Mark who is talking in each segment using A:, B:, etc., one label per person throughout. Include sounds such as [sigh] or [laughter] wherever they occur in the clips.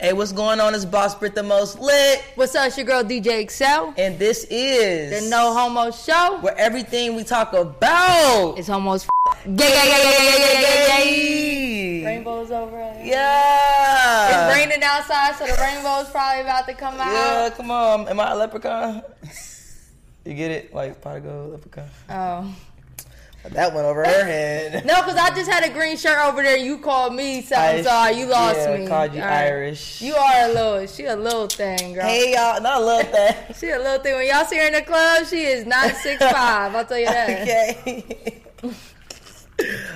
A: Hey, what's going on? It's Boss Brit the Most Lit.
B: What's up, it's your girl DJ Excel?
A: And this is
B: The No Homo Show,
A: where everything we talk about
B: is homos. F- yeah, yeah, yeah, yeah, yeah, yeah, yeah, yeah, yeah. Rainbow's over.
A: Yeah.
B: It's raining outside, so the rainbow's probably about to come out.
A: Yeah, come on. Am I a leprechaun? you get it? Like, Patago, leprechaun.
B: Oh.
A: That went over her head.
B: [laughs] no, because I just had a green shirt over there. You called me something, so I, you lost
A: yeah,
B: me.
A: called you
B: All right.
A: Irish.
B: You are a little. She a little thing, girl.
A: Hey, y'all. Not a little thing.
B: She a little thing. When y'all see her in the club, she is not six five. I'll tell you that.
A: [laughs] okay.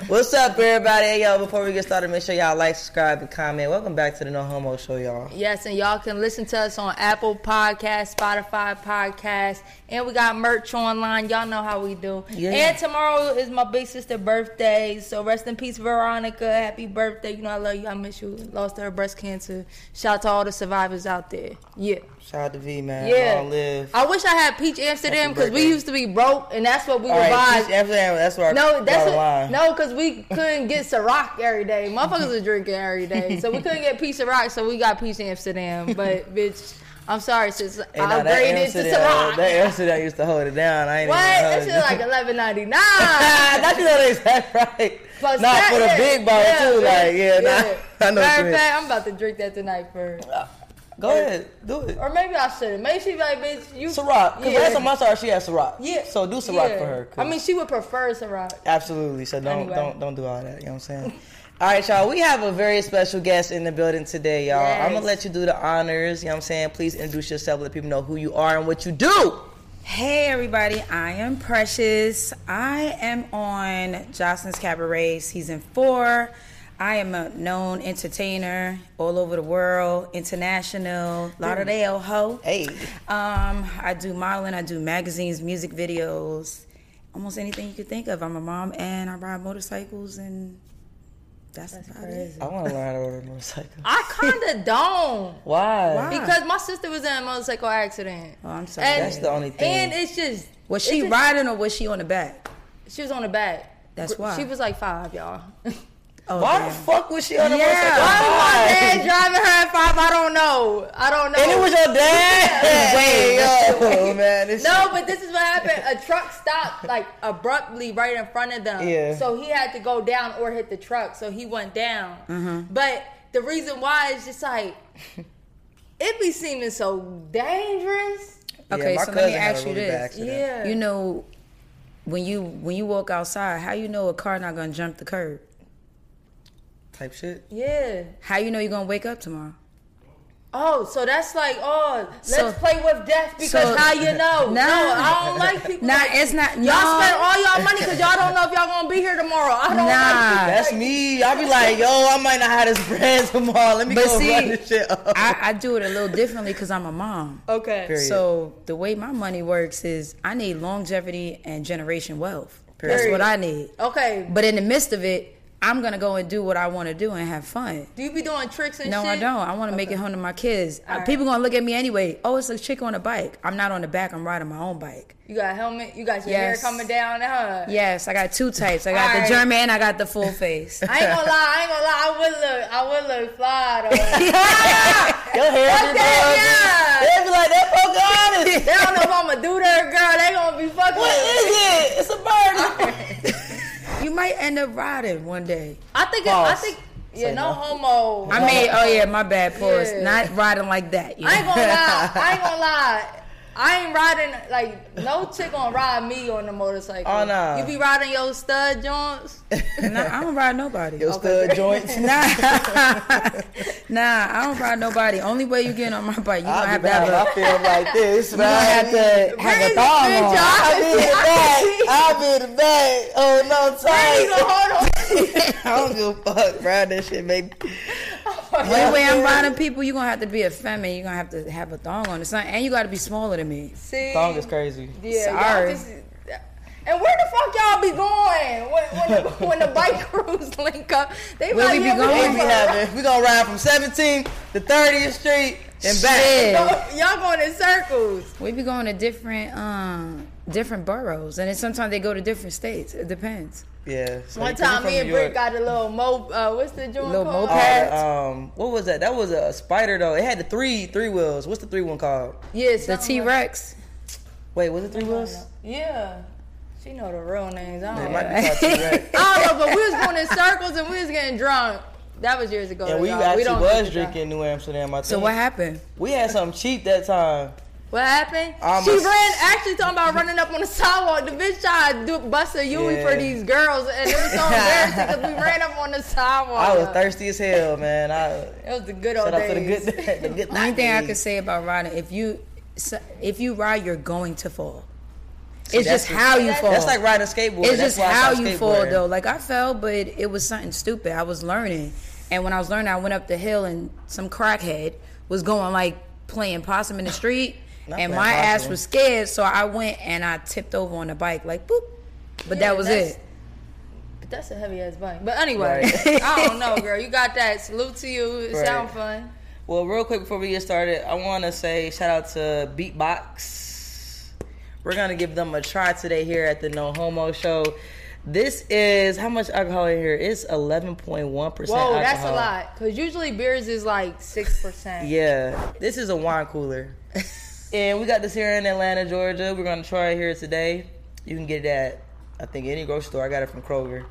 A: What's up, everybody? Hey, Yo, before we get started, make sure y'all like, subscribe, and comment. Welcome back to the No Homo Show, y'all.
B: Yes, and y'all can listen to us on Apple Podcasts, Spotify Podcasts, and we got merch online. Y'all know how we do.
A: Yeah.
B: And tomorrow is my big sister' birthday, so rest in peace, Veronica. Happy birthday! You know I love you. I miss you. Lost her breast cancer. Shout out to all the survivors out there. Yeah,
A: Shout out to V, man.
B: yeah.
A: Long live.
B: I wish I had Peach Amsterdam
A: Happy
B: because we
A: birthday.
B: used to be broke, and that's what we
A: All
B: would
A: right,
B: buy.
A: Peach Amsterdam, that's where
B: No, that's
A: what,
B: what, no, because we couldn't get Ciroc every day. Motherfuckers was drinking every day, so we couldn't get peach Ciroc. So we got peach Amsterdam.
A: [laughs]
B: But bitch, I'm sorry, sis.
A: Hey,
B: I
A: nah, that
B: upgraded to
A: Amsterdam,
B: Ciroc.
A: that Amsterdam used to hold it down. I ain't
B: what? That
A: Even
B: shit
A: [laughs]
B: like eleven ninety nine.
A: Not you know they [laughs] that [laughs] right.
B: But
A: nah,
B: that-
A: for the
B: yeah,
A: big bottle
B: yeah,
A: too.
B: bitch,
A: Like yeah, nah. [laughs] I know. what
B: Matter
A: you
B: of
A: mean.
B: fact, I'm about to drink that tonight first,
A: Go ahead, do it.
B: or maybe I shouldn't. Maybe she be like, bitch, you
A: Ciroc, because
B: Yeah.
A: last time I saw her, she had Ciroc.
B: Yeah.
A: So do Ciroc
B: yeah.
A: for her. 'cause-
B: I mean, she would prefer Ciroc.
A: Absolutely. So don't
B: Anyway.
A: don't don't do all that. You know what I'm saying? [laughs] all right, y'all. We have a very special guest in the building today, y'all. I'm
B: Yes.
A: gonna let you do the honors. You know what I'm saying? Please introduce yourself. Let people know who you are and what you do.
C: Hey everybody, I am Precious. I am on Jocelyn's Cabaret season four. I am a known entertainer all over the world, international, Lauderdale ho.
A: Hey.
C: Um, I do modeling, I do magazines, music videos, almost anything you could think of. I'm a mom and I ride motorcycles and that's, about it.
A: I want to learn how to ride a
B: [laughs]
A: motorcycle. [laughs]
B: I kinda
A: Ah.
B: don't.
A: Why?
C: Why?
B: Because my sister was in a motorcycle accident.
C: Oh, I'm sorry.
A: That's the only thing.
B: And it's just
C: Was
B: it's
C: she
B: just-
C: riding or was she on the back?
B: She was on the back.
C: That's why.
B: She was like five, y'all.
C: Oh,
A: Why the
C: damn.
A: fuck was she on a
C: Yeah.
A: motorcycle?
B: [laughs] Why was my
A: Why?
B: dad driving her at five? I don't know. I don't know.
A: And it was
C: [laughs]
A: your dad. Wait, [laughs] yo, man. This
B: no, but this is what happened. A truck stopped like abruptly right in front of them.
A: Yeah.
B: So he had to go down or hit the truck. So he went down.
A: Mm-hmm.
B: But the reason why is just like [laughs] it be seeming so dangerous.
A: Yeah,
C: Okay,
A: my
C: so let me
A: cousin had a
C: ask you
A: really bad
C: this.
A: accident.
B: Yeah.
C: You know, when you when you walk outside, how you know a car not gonna jump the curb?
A: type shit.
B: Yeah.
C: How you know you're gonna wake up tomorrow?
B: Oh, so that's like, oh, let's
C: So-
B: play with death because
C: so-
B: now you know. no,
C: Nah.
B: I don't like people.
C: Nah,
B: like-
C: it's not-
B: Y'all
C: no.
B: spend all y'all money because y'all don't know if y'all gonna be here tomorrow. I don't like people.
C: Nah.
A: That's me. I'll be like, yo, I might not have this brand [laughs] tomorrow. Let me
C: But
A: go
C: see,
A: run this shit up.
C: I, I do it a little differently because I'm a mom.
B: Okay.
A: Period.
C: So the way my money works is I need longevity and generation wealth. That's
B: Period.
C: what I need.
B: Okay.
C: But in the midst of it, I'm gonna go and do what I want to do and have fun.
B: Do you be doing tricks and
C: No,
B: shit?
C: I don't. I want to make it home to my kids. Uh, People gonna look at me anyway. Oh, it's a chick on a bike. I'm not on the back. I'm riding my own bike.
B: You got a helmet. You got your hair
C: Yes.
B: coming down. Huh?
C: Yes, I got two types. I got the
B: Alright.
C: German and I got the full face.
B: I ain't gonna lie. I ain't gonna lie. I would look. I would look fly
C: [laughs]
B: though.
A: Your hair
B: Fuck
A: be
B: that,
A: done. They be like, that fuck
B: [laughs]
A: honest.
B: they don't know if I'ma do that, girl. They gonna be fucking.
A: What
B: with
A: is it? It's
B: me.
A: a bird.
C: [laughs] you might end up riding one day.
B: I think. It, I
A: False.
B: think. Yeah,
A: Say
B: no
A: no.
B: homo.
C: I mean, oh yeah, my bad, pause.
B: Yeah.
C: Not riding like that. you
B: I ain't gonna
C: know.
B: lie. I
A: [laughs]
B: ain't gonna lie. I ain't riding like no chick gonna ride me on the motorcycle.
A: Oh, nah.
B: You be riding your
A: [laughs]
B: stud joints.
C: [laughs] Nah, I don't ride nobody.
A: Your stud joints.
C: [laughs] Nah, [laughs] nah, I don't ride nobody. Only way you get on my bike, you
A: I
C: gonna have
A: be
C: to have
A: down, I
C: a,
A: feel like this,
C: you gonna
A: man.
C: have to have
B: Raise
C: a
B: it,
C: thong
B: bitch,
C: on.
B: y'all.
A: I be in the [laughs] back. I be in the back. Oh no,
B: Hey, you gonna
A: tight.
B: hold on.
A: [laughs] I don't give a fuck, bro. That shit make.
C: Only way I'm riding people, you gonna have to be a feminine. You are gonna have to have a thong on or something, and you gotta be smaller than me.
B: See,
A: Song is crazy.
B: yeah, y'all
C: Sorry.
B: just- and where the fuck y'all be going when, when, the, when the bike [laughs] crews link up? They
C: Where
B: like,
C: we be
B: yeah,
C: going?
A: They
B: going
A: be
B: for-
A: having. We gonna ride from 17th to 30th Street and
C: Shit.
A: back.
B: Y'all going in circles.
C: We be going to different, um, different boroughs, and then sometimes they go to different states. It depends.
A: Yeah. so
B: One
A: you- 'cause you
B: time,
A: from
B: me and
A: New
B: Brick
A: York.
B: got a little mo. Uh, what's the joint
C: Little
B: called?
C: moped.
A: Oh, um, what was that? That was a spider though. It had the three three wheels. What's the three one called?
B: Yes,
C: The T Rex.
A: Wait, was it three wheels?
B: Yeah, she know the real names. I don't
A: It
B: know.
A: might be called T-Rex.
B: I don't know, but we was going in circles and we was getting drunk. That was years ago.
C: Oh,
A: And we
B: y'all.
A: actually
B: don't drink
A: was
B: and drive.
A: drinking New Amsterdam. I think.
C: So what happened?
A: We had something cheap that time.
B: What happened?
A: I'm
B: she
A: a-
B: ran, actually talking about running up on the sidewalk. The bitch tried to do, bust a Yui
A: Yeah.
B: for these girls, and
A: [laughs]
B: it was so embarrassing because we ran up on the sidewalk.
C: Oh,
A: I was thirsty as hell, man. I
B: It was the good old
A: shout out to the
B: days.
A: good, [laughs]
B: [laughs]
A: the good
C: The only thing I could
A: days.
C: say about riding, if you so- if you ride, you're going to fall. It's
A: that's
C: just
A: the-
C: how you fall.
A: That's like riding a skateboard.
C: it's
A: That's
C: just
A: why I
C: how
A: stopped
C: you fall
A: skateboarding.
C: though. Like I fell, but it was something stupid. I was learning, and when I was learning, I went up the hill, and some crackhead was going like playing possum in the street,
A: [laughs] Not
C: and
A: playing
C: my ass
A: possum.
C: was scared, so I went and I tipped over on the bike, like boop. But
B: Yeah,
C: that was
B: that's-
C: it. [laughs]
B: But that's a heavy ass bike. But anyway, [laughs] I don't know, girl. You got that. Salute to you. It
A: Right.
B: sound fun.
A: Well, real quick before we get started, I want to say shout out to Beatbox. We're gonna give them a try today here at the No Homo Show. This is how much alcohol in here? It's eleven point one
B: Whoa,
A: percent. alcohol.
B: Oh, that's a lot. Cause usually beers is like six percent.
A: Yeah, this is a wine cooler, and we got this here in Atlanta, Georgia. We're gonna try it here today. You can get it at I think any grocery store. I got it from Kroger,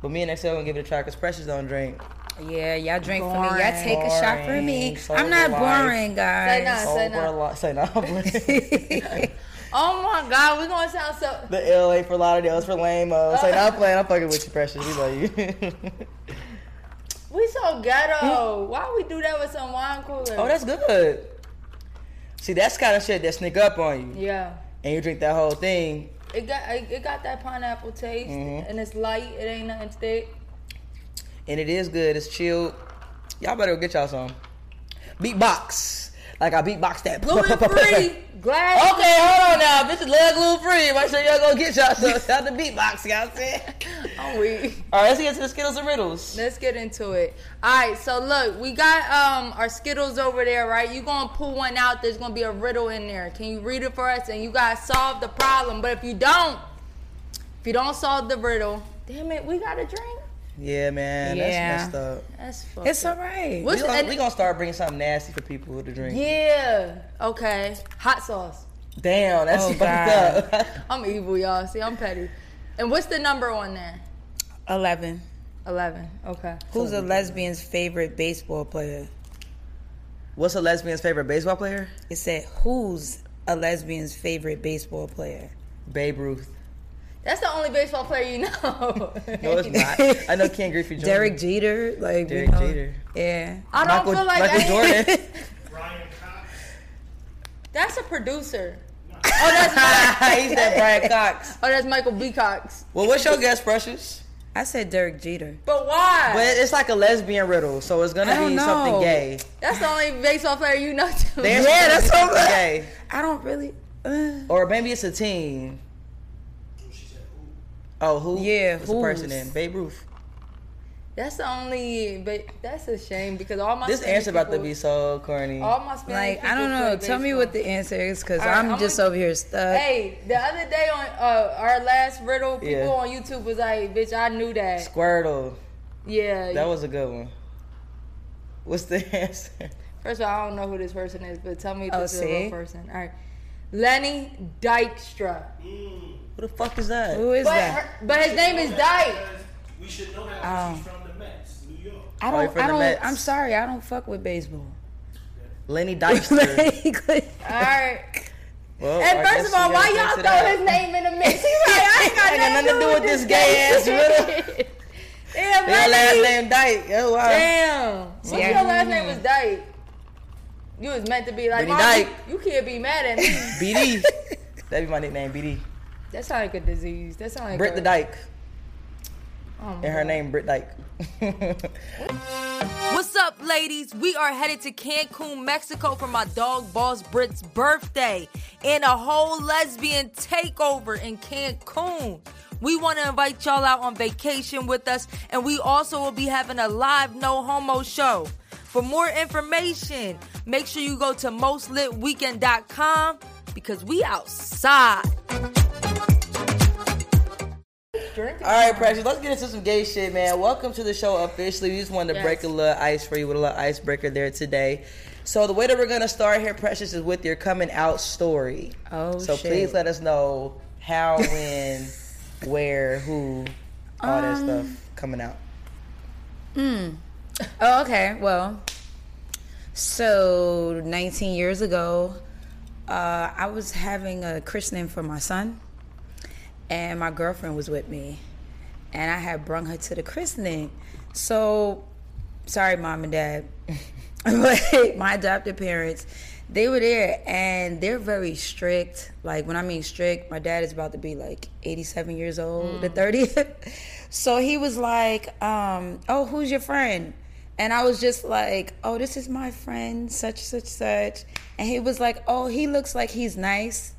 A: but me and Excel gonna give it a try because Precious don't drink.
C: Yeah, y'all drink for me. Y'all take a shot for
A: Boring.
C: me.
A: So
C: I'm not
A: do I.
C: boring,
B: Say
C: guys.
B: nah,
A: Oh,
B: say
A: we're a
B: nah.
A: lot. Say no.
B: Oh my God, we gonna sound so.
A: The L ain't for Lauderdale, it's for lame. Uh, say, nah, I'm playing. I'm fucking with you, Precious. We love you. [laughs]
B: We so ghetto. Why we do that with some wine cooler?
A: oh, that's good. See, that's kind of shit that sneak up on you,
B: yeah.
A: and you drink that whole thing.
B: It got it it got that pineapple taste,
A: Mm-hmm.
B: and it's light. It ain't nothing thick.
A: [laughs] and it is good. It's chilled. Y'all better go get y'all some. Beatbox. Like I beatbox that.
B: Gluten free,
A: Okay,
B: glass.
A: hold on now. Bitches love gluten free. Make sure y'all go get y'all some. Shout out to beatbox, y'all see?
B: I'm weak.
A: All right, let's get to the Skittles and Riddles.
B: Let's get into it. All right, so look, we got um our Skittles over there, right? You gonna pull one out? There's gonna be a riddle in there. Can you read it for us? And you gotta solve the problem. But if you don't, if you don't solve the riddle, damn it, we got to drink.
A: Yeah, man.
C: Yeah.
A: That's messed up.
B: That's fucked.
C: It's all right.
B: What's
A: We're
B: the-
A: gonna,
B: and-
A: we gonna start bringing something nasty for people to drink.
B: yeah. Okay. Hot sauce.
A: Damn, that's
C: Oh,
A: fucked up.
B: I'm evil, y'all. See, I'm petty. And what's the number on there?
C: Eleven.
B: Eleven. Okay.
C: Who's a lesbian's favorite baseball player?
A: [laughs] What's a lesbian's favorite baseball player?
C: It said, "Who's a lesbian's favorite baseball player?"
A: Babe Ruth.
B: That's the only baseball player you know.
A: [laughs] No, it's not. I know Ken Griffey Jr.
C: Derek Jeter, like we
A: Derek
C: know-
A: Jeter.
C: Yeah,
B: [laughs] I don't feel like
A: Michael
B: that-
A: Jordan.
B: [laughs]
A: [laughs]
B: That's a producer. Oh, that's Mike-
A: He's that Brian Cox.
B: oh, that's Michael B. Cox.
A: Well, what's your guess, Precious?
C: I said Derek Jeter.
B: But why?
A: But it's like a lesbian riddle, so it's gonna
C: I don't
A: be
C: know.
A: something gay.
B: that's the only baseball player you know. To
A: There's gonna
C: Yeah, that's
A: be
C: so
A: something
C: good.
A: Gay.
C: I don't really. Uh,
A: Or maybe it's a team. Oh, who?
C: Yeah,
A: who's the person
C: who's?
A: then? Babe Ruth.
B: that's the only. But that's a shame because all my
A: This
B: Spanish
A: answer about to
B: people-
A: be so corny.
B: all my Spanish
C: like I don't
B: people
C: know.
B: play
C: Tell me
B: baseball.
C: what the answer is, cause
B: All right,
C: I'm
B: I'm
C: just
B: gonna-
C: over here stuck.
B: Hey, the other day on uh, our last riddle, people
A: Yeah.
B: on YouTube was like, "Bitch, I knew that."
A: Squirtle.
B: Yeah.
A: That was a good one. What's the [laughs] answer?
B: First of all, I don't know who this person is, but tell me if
C: Oh,
B: this is a
C: see?
B: real person. All right, Lenny Dykstra.
A: Who the fuck is that?
C: Who is
B: But,
C: that?
B: her, but his name is Dyke.
D: We should know that
C: Oh.
D: she's from the Mets, New York.
C: I
A: Probably
C: don't.
A: for
C: I
A: the
C: don't.
A: Mets.
C: I'm sorry. I don't fuck with baseball.
A: Lenny
B: [laughs]
A: Dykstra.
C: [laughs] Like,
B: All right.
A: Well, I
B: And
A: guess
B: first of all,
A: we
B: why
A: gotta
B: y'all
A: fix it
B: throw
A: out.
B: his name in the mix? He like, I ain't got,
A: Ain't got
B: nothing to do with this gay [laughs] ass
A: riddle.
B: Damn,
A: Your last
B: Lenny.
A: name Dyke. Oh, wow.
B: Damn. What's
C: Yeah.
B: your last name was Dyke? You was meant to be like,
A: Lenny
B: Mom,
A: Dyke.
B: you, you can't be mad at me. [laughs]
A: BD. That'd be my nickname, BD.
B: That sounds like a disease. That sounds like
A: Britt
B: a,
A: the Dyke.
B: Oh my
A: And her
B: God.
A: name, Britt Dyke.
B: What's up, ladies? We are headed to Cancun, Mexico for my dog boss Britt's birthday and a whole lesbian takeover in Cancun. We want to invite y'all out on vacation with us, and we also will be having a live no homo show. For more information, make sure you go to mostlitweekend.com because we outside.
A: All right, Precious, let's get into some gay shit, man. Welcome to the show officially. We just wanted to
B: Yes.
A: break a little ice for you with a little icebreaker there today. So the way that we're gonna start here, Precious, is with your coming out story.
C: Oh,
A: so
C: shit.
A: please let us know
C: [laughs]
A: how, when, where, who, all that stuff
C: Um,
A: coming out. [laughs]
C: oh, okay. Well, so 19 years ago, uh, I was having a christening for my son, and my girlfriend was with me, and I had brung her to the christening. So, sorry, mom and dad, [laughs] but my adopted parents, they were there, and they're very strict. Like when I mean strict, my dad is about to be like 87 years old, the 30th. [laughs] So he was like, um, "Oh, who's your friend?" And I was just like, oh, this is my friend, such, such, such. And he was like, oh, he looks like he's nice.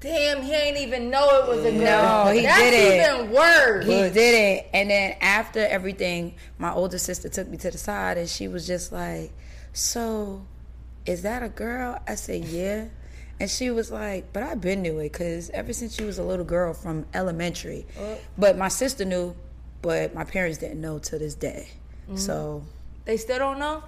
B: Damn, he ain't even know it was a girl.
C: No, he
B: That's
C: didn't.
B: even worse.
C: He did it. And then after everything, my older sister took me to the side and she was just like, so is that a girl? I said, yeah. And she was like, but I've been knew it because ever since she was a little girl from elementary.
B: Uh.
C: But my sister knew, but my parents didn't know to this day.
B: Mm.
C: So
B: They still don't know.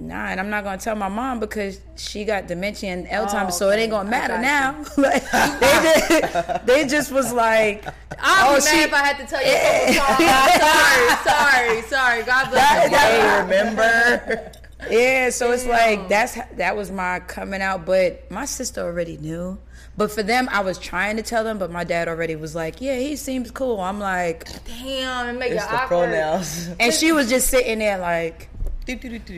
C: Nah, and I'm not gonna tell my mom because she got dementia and Alzheimer's,
B: Oh,
C: so it
B: okay.
C: ain't gonna
B: I
C: matter
B: got
C: now. [laughs] like they just, they just
B: [laughs]
C: was like,
B: I'll
C: Oh,
B: be mad
C: she-
B: if I had to tell you a couple times. sorry, sorry, sorry. God bless you.
A: Hey, remember?
C: [laughs] yeah. So it's like that's h- that was my coming out, but my sister already knew. But for them, I was trying to tell them, but my dad already was like, yeah, he seems cool. I'm like,
B: Damn, it make
A: it's
B: it
A: the
B: awkward.
A: pronouns.
C: and she was just sitting there like. I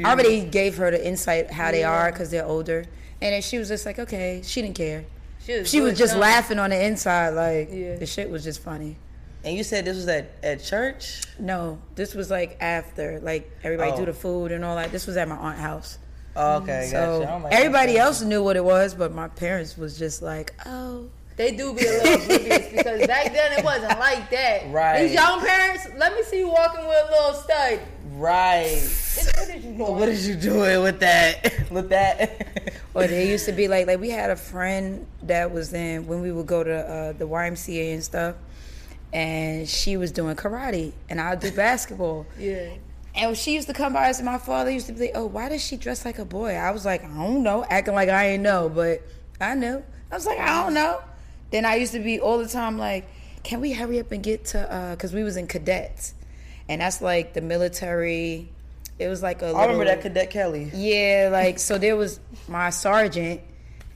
C: already gave her the insight how they are because they're older, and then she was just like, okay, she didn't care.
B: She was,
C: She was
B: good,
C: just
B: dumb.
C: laughing on the inside, like
B: Yeah.
C: the shit was just funny.
A: And you said this was at, at church?
C: No, this was like after, like everybody
A: Oh.
C: do the food and all that. This was at my aunt's house,
A: Oh, okay,
C: Mm, so
A: gotcha. I'm like,
C: everybody else knew what it was, but my parents was just like, "Oh,
B: They do be a little oblivious because back then it wasn't like that.
A: Right.
B: These young parents, let me see you walking with a little stud.
A: Right.
B: Bitch, What did you know?
A: What is you doing with that? [laughs] with that?
C: Or they used to be like, like we had a friend that was in when we would go to uh, the YMCA and stuff, and she was doing karate and I
A: [laughs]
C: do basketball.
B: Yeah.
C: And she used to come by us, and my father used to be like, "Oh, why does she dress like a boy?" I was like, "I don't know," acting like I ain't know, but I knew. I was like, "I don't know." Then I used to be all the time like, "Can we hurry up and get to?" Because we was in cadets, and that's like the military. It was like a.
A: I remember
C: little-
A: that Cadet Kelly.
C: yeah, like so there was my sergeant.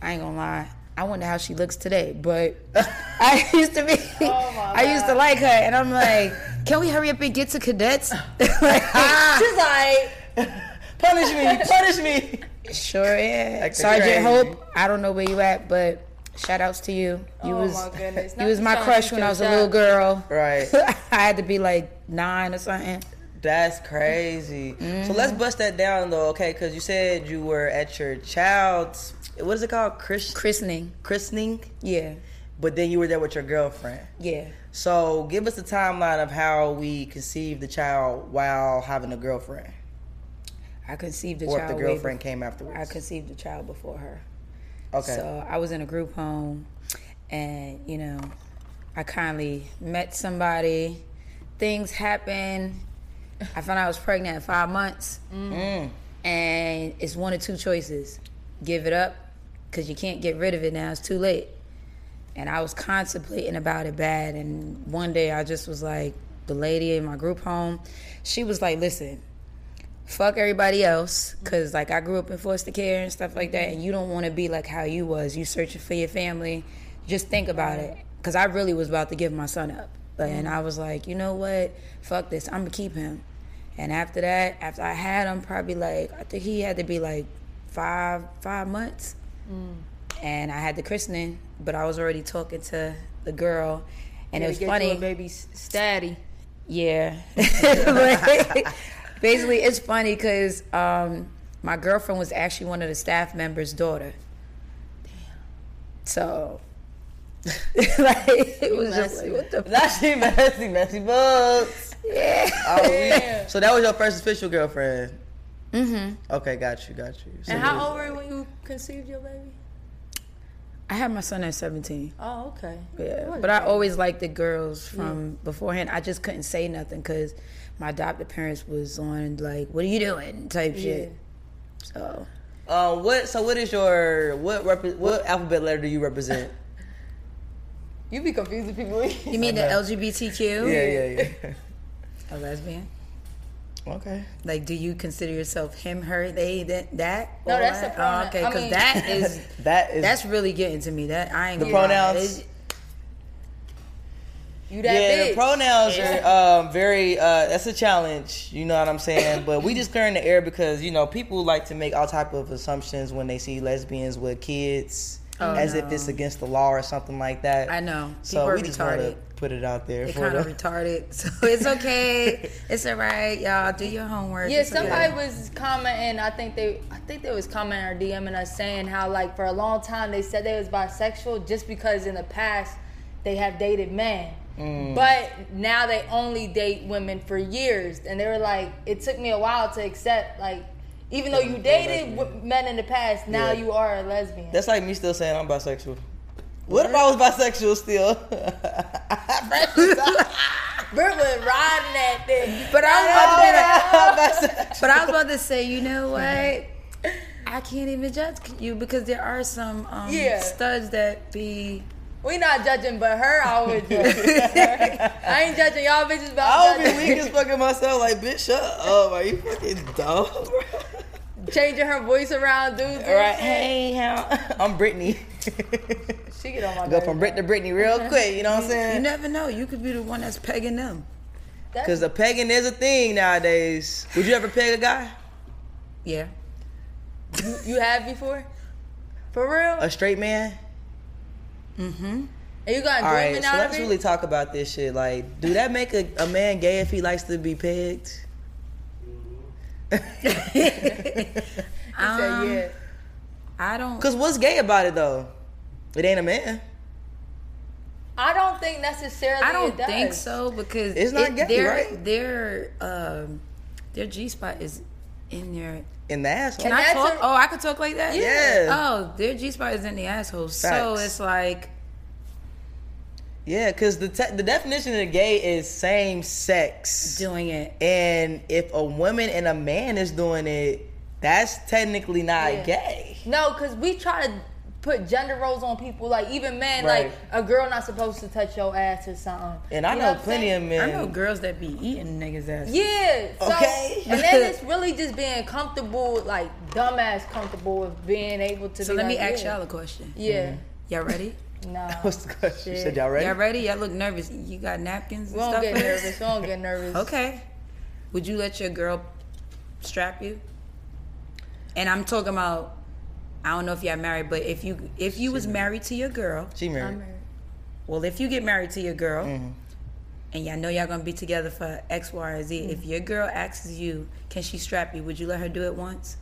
C: I ain't gonna lie. I wonder how she looks today, but [laughs] I used to be, I used to like her, and I'm like, can we hurry up and get to cadets? [laughs] like, she's like,
A: Punish me, punish me.
C: sure, yeah.
A: Like the
C: Sergeant
A: crazy.
C: Hope, I don't know where you at, but shout outs to you. You
B: Oh
C: was,
B: my goodness.
C: you
B: Now
C: was
B: you
C: my
B: trying to
C: crush
B: get
C: when I
B: your
C: was a
B: shot.
C: little girl.
A: Right.
C: [laughs] I had to be like nine or something.
A: That's crazy. So let's bust that down though, okay? Because you said you were at your child's what is it called, Chris,
C: Christening,
A: christening,
C: yeah,
A: but then you were there with your girlfriend.
C: yeah.
A: So give us a timeline of how we conceived the child while having a girlfriend,
C: I conceived a
A: or if
C: child.
A: the
C: way
A: girlfriend
C: before-
A: came
C: I
A: afterwards.
C: conceived a child before her.
A: okay.
C: So I was in a group home, and you know, I kindly met somebody. Things happened. I found out I was pregnant at five months, and it's one of two choices: give it up, because you can't get rid of it now. It's too late. And I was contemplating about it bad, and one day I just was like, the lady in my group home, she was like, listen, fuck everybody else because like i grew up in foster care and stuff like that and you don't want to be like how you was you searching for your family just think about it because i really was about to give my son up but and i was like you know what fuck this i'm gonna keep him and after that after i had him probably like i think he had to be like five five months and i had the christening but i was already talking to the girl and it was funny
B: baby daddy.
C: yeah. [laughs] But basically, it's funny because um, my girlfriend was actually one of the staff members' daughter. So, [laughs] like, it was just like, what the f-
A: That shit messy, messy books.
C: yeah.
A: Oh, we- so that was your first official girlfriend. Mm-hmm. Okay, got you, got you. So
B: And how old were you when you conceived your baby?
C: I had my son at 17.
B: Oh, okay.
C: Yeah. But I always liked the girls from beforehand. I just couldn't say nothing because my adopted parents was on, like, what are you doing type shit. So,
A: uh, what? So what is your what? Rep- what alphabet letter do you represent?
B: You be confusing people. [laughs]
C: you mean the LGBTQ?
A: yeah, yeah, yeah. [laughs]
C: A lesbian?
A: Okay.
C: Like, do you consider yourself him, her, they, that? that
B: No,
C: all
B: that's
C: that?
B: the pronoun.
C: Oh, okay,
B: I
C: because
B: mean-
C: that
B: [laughs]
C: is
A: That is
C: that's really getting to me. That I ain't
A: The
C: gonna lie.
A: pronouns?
C: It's-
B: You that
A: yeah,
B: bitch.
A: the pronouns are um, very. Uh, that's a challenge. You know what I'm saying? but we just clearing the air because you know people like to make all type of assumptions when they see lesbians with kids,
C: Oh,
A: as
C: no.
A: if it's against the law or something like that.
C: I know people
A: So
C: are
A: we just want
C: retarded.
A: to put it out there
C: They
A: for
C: kind of
A: the-
C: retarded, [laughs] so it's okay. it's all right, y'all. Do your homework.
B: Yeah,
C: It's okay.
B: somebody was commenting. I think they, I think they was commenting or DMing us saying how like for a long time they said they was bisexual just because in the past they have dated men,
A: Mm.
B: but now they only date women for years, and they were like, it took me a while to accept like, even though you dated w- men in the past, now
A: Yeah.
B: you are a lesbian.
A: That's like me still saying I'm bisexual. What if I was bisexual still? [laughs]
B: Britt was riding that thing,
C: but I was about to be like,
A: Bisexual.
C: but I was about to say, you know
B: [laughs]
C: what? I can't even judge you because there are some um,
B: Yeah.
C: studs that be.
B: we not judging, but her I would judge.
A: [laughs]
B: I ain't judging y'all bitches, but
A: I
B: I'm
A: would be
B: judging.
A: weak as fucking myself. Like, bitch, shut up. Are you fucking dumb? bro? [laughs]
B: changing her voice around, dudes.
A: All right, hey, how? [laughs] I'm Brittany.
B: She get on my
A: Go
B: nerves.
A: from Brit to Brittany real quick. You know what I'm
C: You
A: saying?
C: never know. You could be the one that's pegging them.
B: That's-
A: Because the pegging is a thing nowadays. Would you ever peg a guy?
C: Yeah.
B: You have before? For real?
A: A straight man?
B: And you got
A: All right,
B: enjoyment
A: so
B: out of
A: let's
B: it?
A: really talk about this shit. Like, do that make a, a man gay if he likes to be pegged?
B: He said,
A: Um,
B: yeah.
C: I don't.
A: Because what's gay about it, though? It ain't a man.
B: I don't think necessarily
C: I don't
B: it does.
C: think so because
A: It's not gay,
C: their,
A: right?
C: Their um, their G spot is in their.
A: In the asshole.
C: Can I
B: that's
C: talk?
B: a-
C: oh, I could talk like that.
A: Yeah.
C: Oh, their G spot is in the asshole. So
A: Facts.
C: it's like
A: Yeah, because the te- the definition of gay is same sex,
C: doing it.
A: and if a woman and a man is doing it, that's technically not
B: Yeah.
A: gay.
B: No, because we try to put gender roles on people. Like, even men,
A: Right.
B: like, a girl not supposed to touch your ass or something.
A: And I
B: You
A: know,
B: what I'm
A: plenty
B: saying?
A: of men.
C: I
A: [laughs]
C: know girls that be eating niggas ass.
B: Yeah. So,
A: Okay.
B: And then
A: [laughs]
B: it's really just being comfortable, like, dumbass comfortable with being able to
C: So
B: be
C: let me
B: like,
C: ask
B: yeah.
C: y'all a question.
B: Yeah.
C: Y'all ready?
B: No.
A: Mm. [laughs] What's the question? You said y'all ready?
C: Y'all ready? Y'all look nervous. You got napkins and
B: We don't
C: stuff.
B: get
C: for this?
B: nervous. We don't
A: [laughs]
B: get nervous.
C: Okay. Would you let your girl strap you? And I'm talking about I don't know if y'all married, but if you if you was married to your girl,
A: She married.
B: I'm married.
C: well if you get married to your girl and y'all know y'all gonna be together for X, Y, or Z, if your girl asks you, can she strap you, would you let her do it once?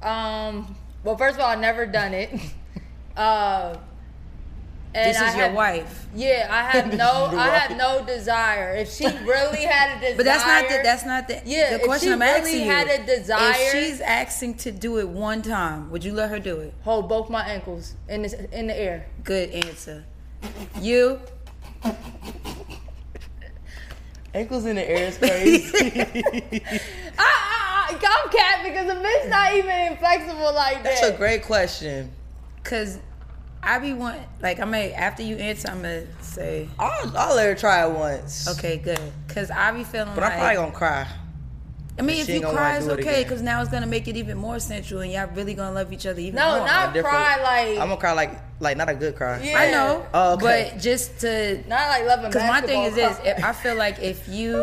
B: Um. Well, first of all, I never done it.
C: [laughs]
B: Uh, and
C: this is
B: I
C: your
B: have-
C: wife.
B: Yeah, I have
C: [laughs]
B: no, I have no desire. If she really had a desire,
C: But that's not the that's not the,
B: Yeah, if
C: the question
B: she
C: I'm asking
B: really
C: you.
B: had a desire-
C: if she's asking to do it one time, would you let her do it?
B: hold both my ankles in the in the air.
C: Good answer. You
A: Ankles in the air
B: [laughs]
A: is crazy.
B: I, I, I, Ah, I'm cat because a bitch not even inflexible like that.
A: That's a great question.
C: Cause I be want like I'm gonna after you answer, I'm gonna say
A: I'll, I'll let her try it once.
C: okay, good, cause I be feeling.
A: But
C: like,
A: I'm probably gonna cry.
C: I mean, if
A: she
C: you
A: ain't gonna wanna
C: cry, it's
A: do it
C: okay,
A: again.
C: cause now it's gonna make it even more sensual, and y'all really gonna love each other even
B: No,
C: more.
B: not
A: different-
B: cry like
A: I'm gonna cry like like not a good cry.
B: Yeah.
C: I know,
A: Oh, okay.
C: but just to
B: not like loving
C: Because my thing
B: basketball.
C: is this: if, I feel like
A: [laughs]
C: if you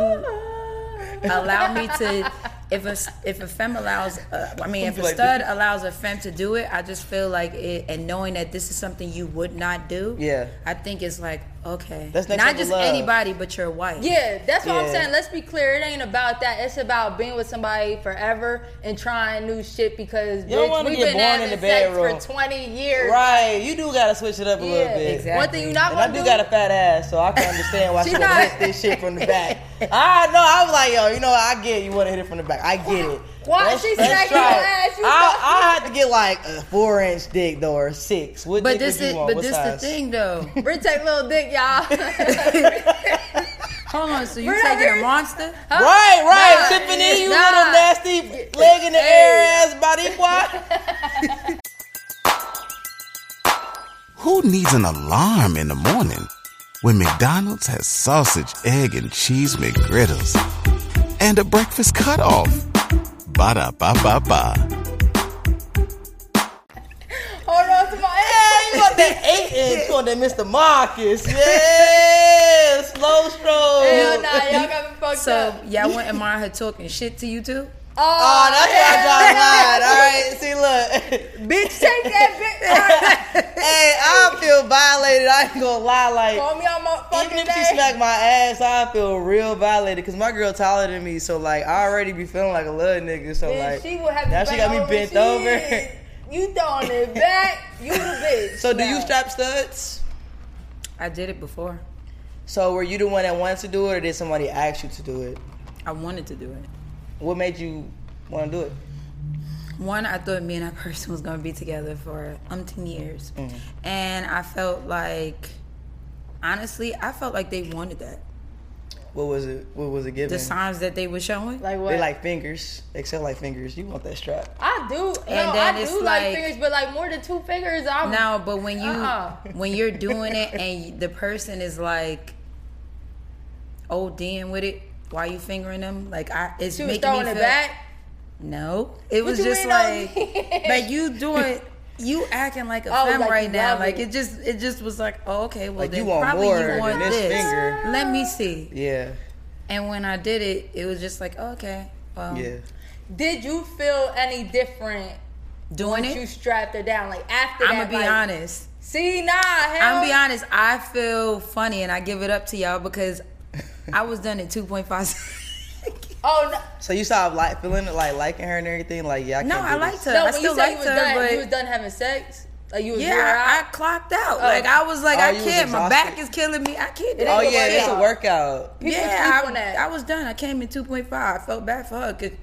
C: allow me to, if a if a femme allows, uh, I mean, if a
A: Like
C: stud allows a femme to do it, I just feel like it, and knowing that this is something you would not do,
A: Yeah.
C: I think it's like okay,
A: That's next
C: not
A: level
C: just
A: love.
C: anybody, but your wife.
B: Yeah, that's what I'm
A: Yeah.
B: saying. Let's be clear. It ain't about that. It's about being with somebody forever and trying new shit because
A: don't
B: bitch,
A: wanna
B: we've
A: get
B: been
A: born
B: having
A: in the
B: sex
A: bedroom.
B: for 20 years.
A: Right, you do gotta switch it up a
B: Yeah,
A: little bit.
B: exactly. One thing you not
A: And I
B: gonna
A: do,
B: do-
A: got a fat ass, so I can understand why
B: [laughs] She
A: she wanna
B: not-
A: hit this shit from the back.
B: [laughs]
A: I know. I was like, yo, you know, what? I get you wanna hit it from the back. I get it.
B: Why
A: Let's-
B: she
A: let's
B: smack
A: try
B: your
A: it.
B: ass? You
A: I,
B: thought-
A: I had to get like a four inch dick though, or a six. What
C: But
A: dick
C: this
A: would you
C: is
A: want?
C: but
A: What
C: this
A: size?
C: the thing though.
B: [laughs] Brit take little dick, y'all.
A: [laughs]
C: Hold on, so you
B: We're not
C: taking
B: very-
C: a monster?
A: Right, right.
B: Nah,
A: Tipping in, you
B: nah.
A: little nasty leg in the air ass body boy.
B: [laughs]
D: Who needs an alarm in the morning when McDonald's has sausage, egg, and cheese McGriddles and a breakfast cutoff? Ba da ba ba ba.
B: [laughs] Hold on to my
A: You want that eight inch? You want that Mr.
B: [laughs]
A: Marcus? Yeah, slow stroke.
B: Hell nah, y'all got me fucked
C: So
B: up.
C: y'all wouldn't mind her talking shit to you too?
B: Oh,
A: Oh, that's why I dropped mine. All right, see, look, [laughs]
B: Bitch, take that bitch.
A: hey, I feel violated. I ain't gonna lie, like.
B: Call me on my
A: Even
B: fucking
A: if she
B: name.
A: smacked my ass, I feel real violated because my girl taller than me, so like I already be feeling like a little nigga. So
B: Then
A: like
B: she would have
A: now
B: to
A: she got me
B: bend
A: bent
B: over.
A: over.
B: Shit. You throwing it back. You the bitch.
A: So do
B: now.
A: you strap studs?
C: I did it before.
A: So were you the one that wanted to do it, or did somebody ask you to do it?
C: I wanted to do it.
A: What made you want to do it?
C: One, I thought me and that [laughs] person was gonna be together for umpteen years,
A: Mm.
C: and I felt like, honestly, I felt like they wanted that.
A: What was it? What was it given?
C: The signs that they were showing,
B: Like what?
A: They like fingers, except like fingers. You want that strap?
B: I do. No,
C: And then
B: I
C: it's
B: do like,
C: like-
B: fingers, but like more than two fingers, I'm
C: no, but when you
B: Uh-uh.
C: when you're doing it and the person is like, ODing with it, why you fingering them? Like I, it's
B: she was
C: making me
B: throwing
C: feel.
B: it back.
C: No, it was
B: you
C: just
B: mean, OD?
C: like,
B: [laughs]
C: but you doing. You acting like a
B: Oh,
C: femme
B: like you
C: right now.
B: love
C: Like
B: it.
C: it just, it just was like, oh, okay, well
A: Like, you
C: then
A: want
C: probably
A: more
C: you
A: than
C: want
A: this
C: this.
A: finger.
C: Let me see.
A: Yeah,
C: And when I did it, it was just like, oh, okay, well,
A: yeah.
B: Did you feel any different
C: doing
B: once you
C: it.
B: strapped her down? Like after
C: I'm
B: that,
C: gonna be
B: like,
C: honest.
B: See, nah, hell,
C: I'm gonna be honest. I feel funny, and I give it up to y'all because I was done in 2.5.
B: [laughs]
C: seconds.
B: Oh no,
A: So you stopped like feeling it, like liking her and everything. Like yeah, I
C: no,
A: can't
C: I
A: do
C: liked
A: this.
C: her.
B: no.
C: I
B: When
C: still
B: you said you
C: liked
B: was
C: her,
B: done,
C: but
B: you was done having sex. Like you was
C: yeah,
B: out.
C: I clocked out. Like I was like,
A: Oh,
C: I
A: you was
C: can't. My back
A: exhausted.
C: is killing me. I can't. do
A: Oh
C: this
A: yeah,
C: shit.
A: it's a workout.
C: Yeah,
B: sleep on that.
C: I, I was done. I came in 2.5. I felt bad for her.
A: [laughs]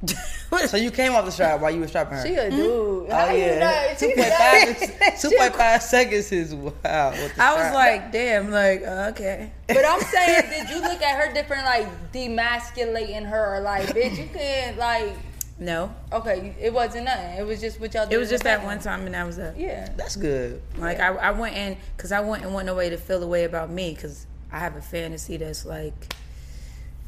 C: [laughs] 'cause-
A: So you came off the strap while you were strapping her.
B: she
C: Mm-hmm.
B: a dude. How
A: oh
B: you
A: yeah,
B: know? She
A: two point
C: [laughs]
B: [laughs] done.
A: five. Two point five seconds is wow. with the
C: I was
A: strap.
C: like, damn, like, uh, okay.
B: But I'm saying, did you look at her different, like demasculating her, or
C: [laughs]
B: like, bitch, you can't like.
C: No.
B: Okay, you- it wasn't nothing. It was just what y'all. did
C: It
B: in
C: was
B: the
C: just that
B: bedroom.
C: one time and that was it.
B: Yeah.
A: that's good.
C: Like, I, I went in, because I wouldn't want no way to feel the way about me, because I have a fantasy that's like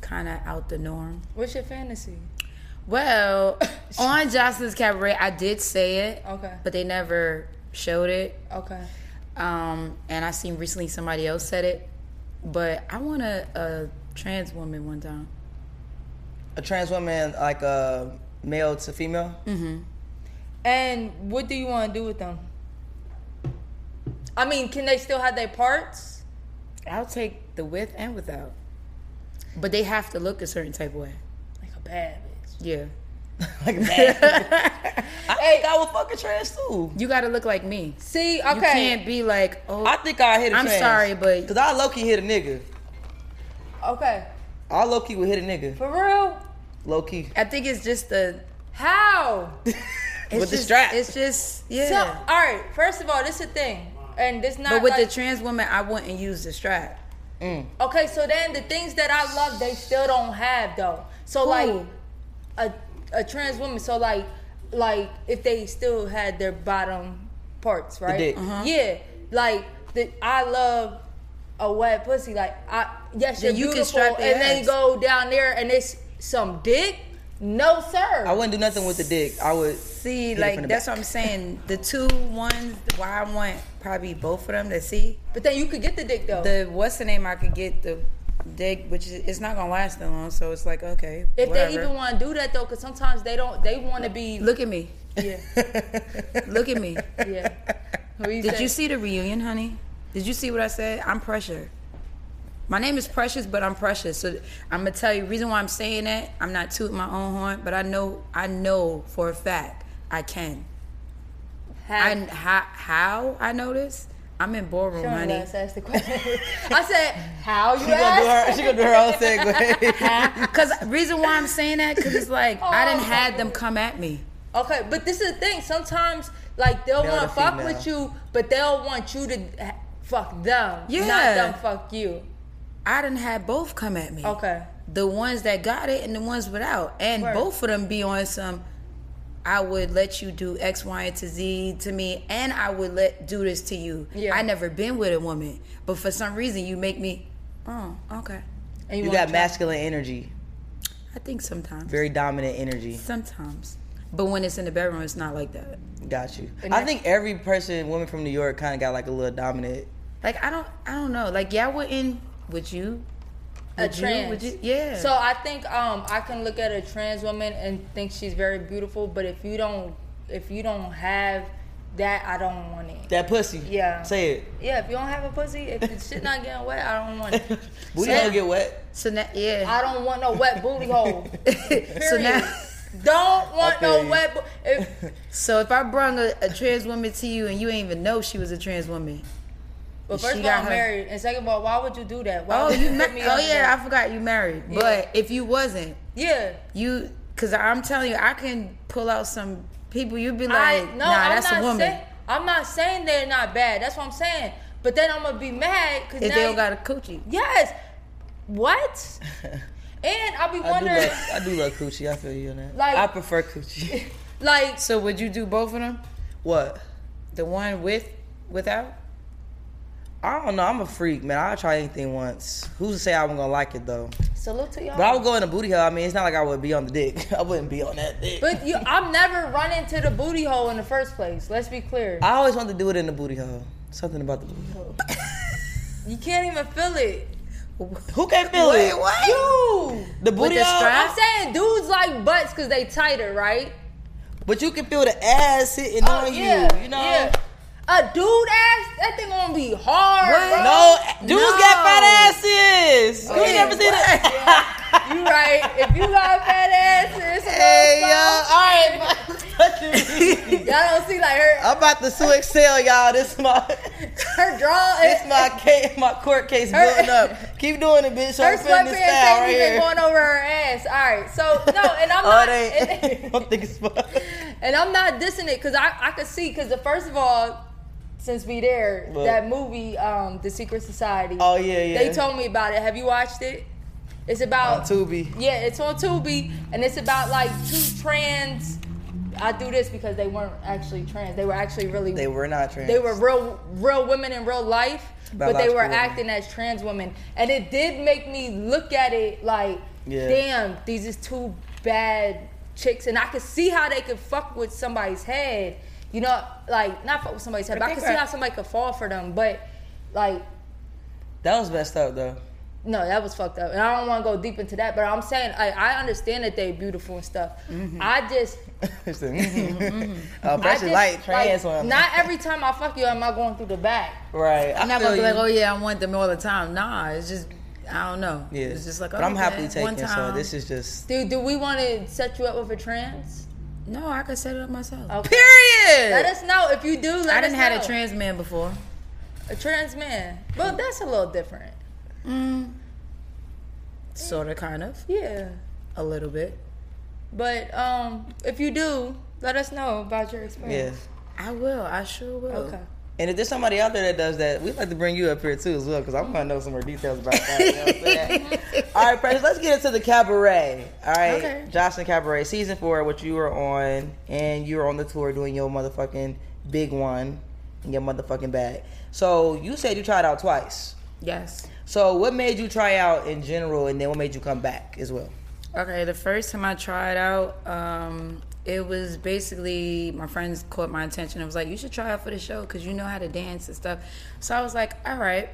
C: kind of out the norm.
B: What's your fantasy?
C: [coughs] Well, on Jocelyn's Cabaret, I did say it,
B: Okay.
C: but they never showed it.
B: Okay.
C: Um, and I seen recently somebody else said it, but I want a, a trans woman one time.
A: A trans woman, like a male to female.
C: Mm.
B: And what do you want to do with them? I mean, can they still have their parts?
C: I'll take the with and without. But they have to look a certain type of way.
B: Like a bad bitch.
C: [laughs] Yeah.
A: [laughs] Like that. I think I would fuck a trans too.
C: You gotta look like me.
B: See,
C: You
B: okay,
C: can't be like, oh,
A: I think I hit a
C: I'm
A: trans.
C: sorry, but-
A: Cause I low key hit a nigga.
B: okay,
A: I low key would hit a nigga.
B: for real.
A: Low key.
C: I think it's just the.
B: How?
C: It's
A: With the
C: just,
A: strap.
C: It's just,
B: So,
C: yeah.
B: all right. First of all, this is a thing, and this not.
C: but with
B: like,
C: the trans woman, I wouldn't use the strap.
B: Okay, so then the things that I love, they still don't have though. So like
C: Who?
B: a a trans woman. So like like if they still had their bottom parts, right? Uh-huh.
A: dick.
C: Uh-huh.
B: Yeah, like the I love a wet pussy. Like I yes, you're
C: Then you can
B: beautiful,
C: strap their
B: and then
C: ass.
B: go down there and it's some dick. No sir.
A: I wouldn't do nothing with the dick. I would.
C: See,
A: Hit it from
C: like
A: the
C: that's
A: back. [laughs]
C: what I'm saying. The two ones, why I want probably both of them to see
B: but then you could get the dick though.
C: the what's the name I could get the dick, which is, it's not gonna last that long. So it's like okay,
B: if they
C: whatever.
B: even want to do that though, because sometimes they don't. They want to be.
C: look at me,
B: Yeah.
C: look at me.
B: Yeah. What [laughs] you
C: Did
B: say?
C: you see the reunion, honey? Did you see what I said? I'm pressure. My name is Precious, but I'm precious. So I'm gonna tell you reason why I'm saying that. I'm not tooting my own horn, but I know I know for a fact I can. I
B: Have-
C: how, how I know this? I'm in ballroom,
B: Don't [laughs]
C: honey.
B: let us ask the question. I said, how you
A: She gonna do her.
B: ask?
A: She gonna do her own
C: [laughs]
A: segue.
C: Cause reason why I'm saying that, cause it's like I
B: Oh.
C: didn't had them come at me.
B: Okay, but this is the thing. Sometimes, like, they'll
A: Male
B: want to
A: to
B: fuck
A: female.
B: with you, but they'll want you to ha- fuck them.
C: Yeah.
B: Not them fuck you.
C: I didn't had both come at me.
B: Okay.
C: The ones that got it and the ones without, and
B: Word.
C: both of them be on some. I would let you do X, Y, and to Z to me, and I would let do this to you.
B: Yeah.
C: I never been with a woman, but for some reason you make me. Oh, okay.
B: And
A: You
B: wanna
A: got
B: try-
A: masculine energy,
C: I think sometimes.
A: very dominant energy.
C: Sometimes, but when it's in the bedroom, it's not like that.
A: Got you. I think every person, woman from New York, kind of got like a little dominant.
C: Like I don't, I don't know. Like yeah, I wouldn't. Would you?
B: a
C: Would you-
B: trans.
C: would you- yeah.
B: So I think um I can look at a trans woman and think she's very beautiful, but if you don't if you don't have that, I don't want it.
A: That pussy.
B: Yeah.
A: Say it.
B: Yeah, if you don't have a pussy, if the shit not getting wet, I don't want [laughs] it.
A: Booty
B: So-
A: don't get wet.
C: So now, yeah.
B: I don't want no wet booty hole.
C: [laughs] so now,
B: Don't
A: I
B: want
A: feel
B: no
A: you.
B: wet. Bo- if,
C: so if I brung a, a trans woman to you and you ain't even know she was a trans woman.
B: but first
C: She
B: of all,
C: got
B: I'm
C: her-
B: married, and second of all, why would you do that? Why
C: Oh,
B: would
C: you
B: put
C: ma-
B: me
C: oh
B: out
C: yeah,
B: there?
C: I forgot you married. But if you wasn't,
B: yeah.
C: you because I'm telling you, I can pull out some people. You'd be
B: I
C: like,
B: no,
C: Nah,
B: I'm
C: that's
B: not
C: a woman.
B: Saying, I'm not saying they're not bad. That's what I'm saying. But then I'm gonna be mad because
C: if they don't got a coochie,
B: Yes.
C: [laughs]
B: What? and I'll be
A: I do,
B: wondering,
A: love, I do love coochie. I feel you on that.
B: Like-
A: I prefer
B: [laughs]
A: coochie.
B: like,
C: so would you do both of them?
A: what?
C: The one with, without?
A: I don't know. I'm a freak, man. I'll try anything once. Who's to say I'm gonna like it though?
B: salute to y'all.
A: But I would go in a booty hole. I mean, it's not like I would be on the dick. [laughs] I wouldn't be on that dick.
B: But you, I'm never running to the booty hole in the first place. Let's be clear.
A: I always wanted to do it in the booty hole. Something about the booty hole.
B: You can't even feel it.
A: Who can feel it?
B: You.
A: The booty
C: the
A: hole.
C: strap?
B: I'm saying dudes like butts because they tighter, right? Oh,
A: But you can feel the ass hitting on Oh, you. You know.
B: A dude ass, that thing gonna be hard, bro.
A: No, dudes got
C: No.
A: fat asses. You ain't
B: Yeah,
A: never seen that.
B: You right. If you got fat asses,
A: Hey, yo. All
B: y'all.
A: right. man.
B: y'all don't see like her,
A: I'm about to sue Excel, y'all. This my
B: her draw.
A: this my case, my court case building up. Keep doing it, bitch.
B: Her
A: I'm feeling this
B: sweatpants ain't
A: style right
B: even
A: here.
B: going over her ass. All right, so no, and
A: [laughs]
B: I'm
A: Oh,
B: not,
A: they
B: [laughs] and,
A: ain't. [laughs] I'm thinking it's fun.
B: and I'm not dissing it because I I could see because the first of all, since we there,
A: What?
B: that movie, um, The Secret Society.
A: Oh yeah, yeah.
B: They told me about it. Have you watched it? It's about
A: Tubi.
B: Yeah, it's on Tubi, and it's about like two trans. I do this because they weren't actually trans. They were actually really
A: They were not trans.
B: they were real real women in real life, but they
A: Biological
B: were
A: women.
B: acting as trans women, and it did make me look at it like,
A: Yeah.
B: damn, these is two bad chicks, and I could see how they could fuck with somebody's head, you know, like not fuck with somebody's head, but, I
C: they
B: could
C: were-
B: see how somebody could fall for them, but like
A: That was messed up though. [laughs]
B: no, that was fucked up. And I don't want to go deep into that, but I'm saying I, I understand that they beautiful and stuff.
A: Mm-hmm. [laughs]
B: I just,
A: It's the- [laughs] uh,
B: Mm-hmm, I
A: precious
B: just
A: light trans
B: like,
A: one.
B: not every time I fuck you am I going through the back.
A: right.
C: I'm not gonna be like, oh yeah, I want them all the time. Nah, it's just I don't know.
A: yeah.
C: It's just like,
A: but I'm
C: okay,
A: happily
C: one
A: taken. So
C: time.
A: this is just
B: Do do we want to set you up with a trans?
C: no, I could set it up myself.
B: Okay.
C: Period.
B: Let us know if you do. Let
C: I didn't
B: us
C: had
B: know.
C: a trans man before.
B: a trans man. Well, that's a little different.
C: Sort of, kind of,
B: Yeah,
C: a little bit.
B: but um, if you do, let us know about your
A: yeah.
B: experience.
C: I will. I sure will.
B: Okay.
A: And if there's somebody out there that does that, we'd like to bring you up here too as well, because I'm gonna know some more details about that. You know what I'm saying? All right, Precious, let's get into the cabaret. All right,
C: Okay.
A: Jocelyn Cabaret, season four, which you were on, and you were on the tour doing your motherfucking big one. in your motherfucking bag. So you said you tried out twice.
C: Yes.
A: So what made you try out in general, and then what made you come back as well? [laughs]
C: Okay, the first time I tried out, um, it was basically my friends caught my attention. It was like, you should try out for the show because you know how to dance and stuff. So I was like, all right.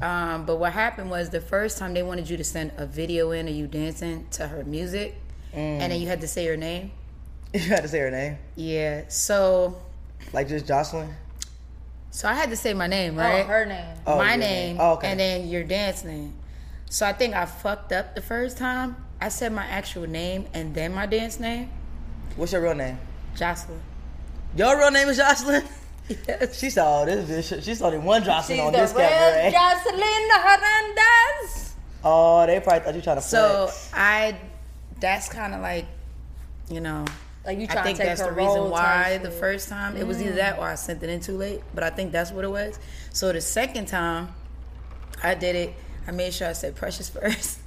C: Um, but what happened was the first time they wanted you to send a video in of you dancing to her music, and then
B: Mm.
C: you had to say her name.
A: You had to say her name,
C: Yeah. So,
A: like just Jocelyn.
C: so I had to say my name,
B: Oh,
C: right?
B: her name.
A: Oh,
C: my
A: your
C: name,
A: Oh, okay.
C: and then your dance name. So I think I fucked up the first time. I said my actual name and then my dance name,
A: What's your real name?
C: Jocelyn.
A: Your real name is Jocelyn.
C: Yes.
A: She saw this bitch. She saw the one Jocelyn
B: She's
A: on
B: the
A: this
B: real
A: camera.
B: Jocelyn Hernandez.
A: Oh, they probably thought you trying to
C: So
A: flex.
C: I, that's kind of like, you know,
B: Like you trying
C: I think
B: to take
C: that's
B: her
C: the reason
B: role
C: why
B: type
C: the
B: shit.
C: first time it was either that or I sent it in too late. But I think that's what it was. So the second time, I did it. I made sure I said Precious [laughs] first,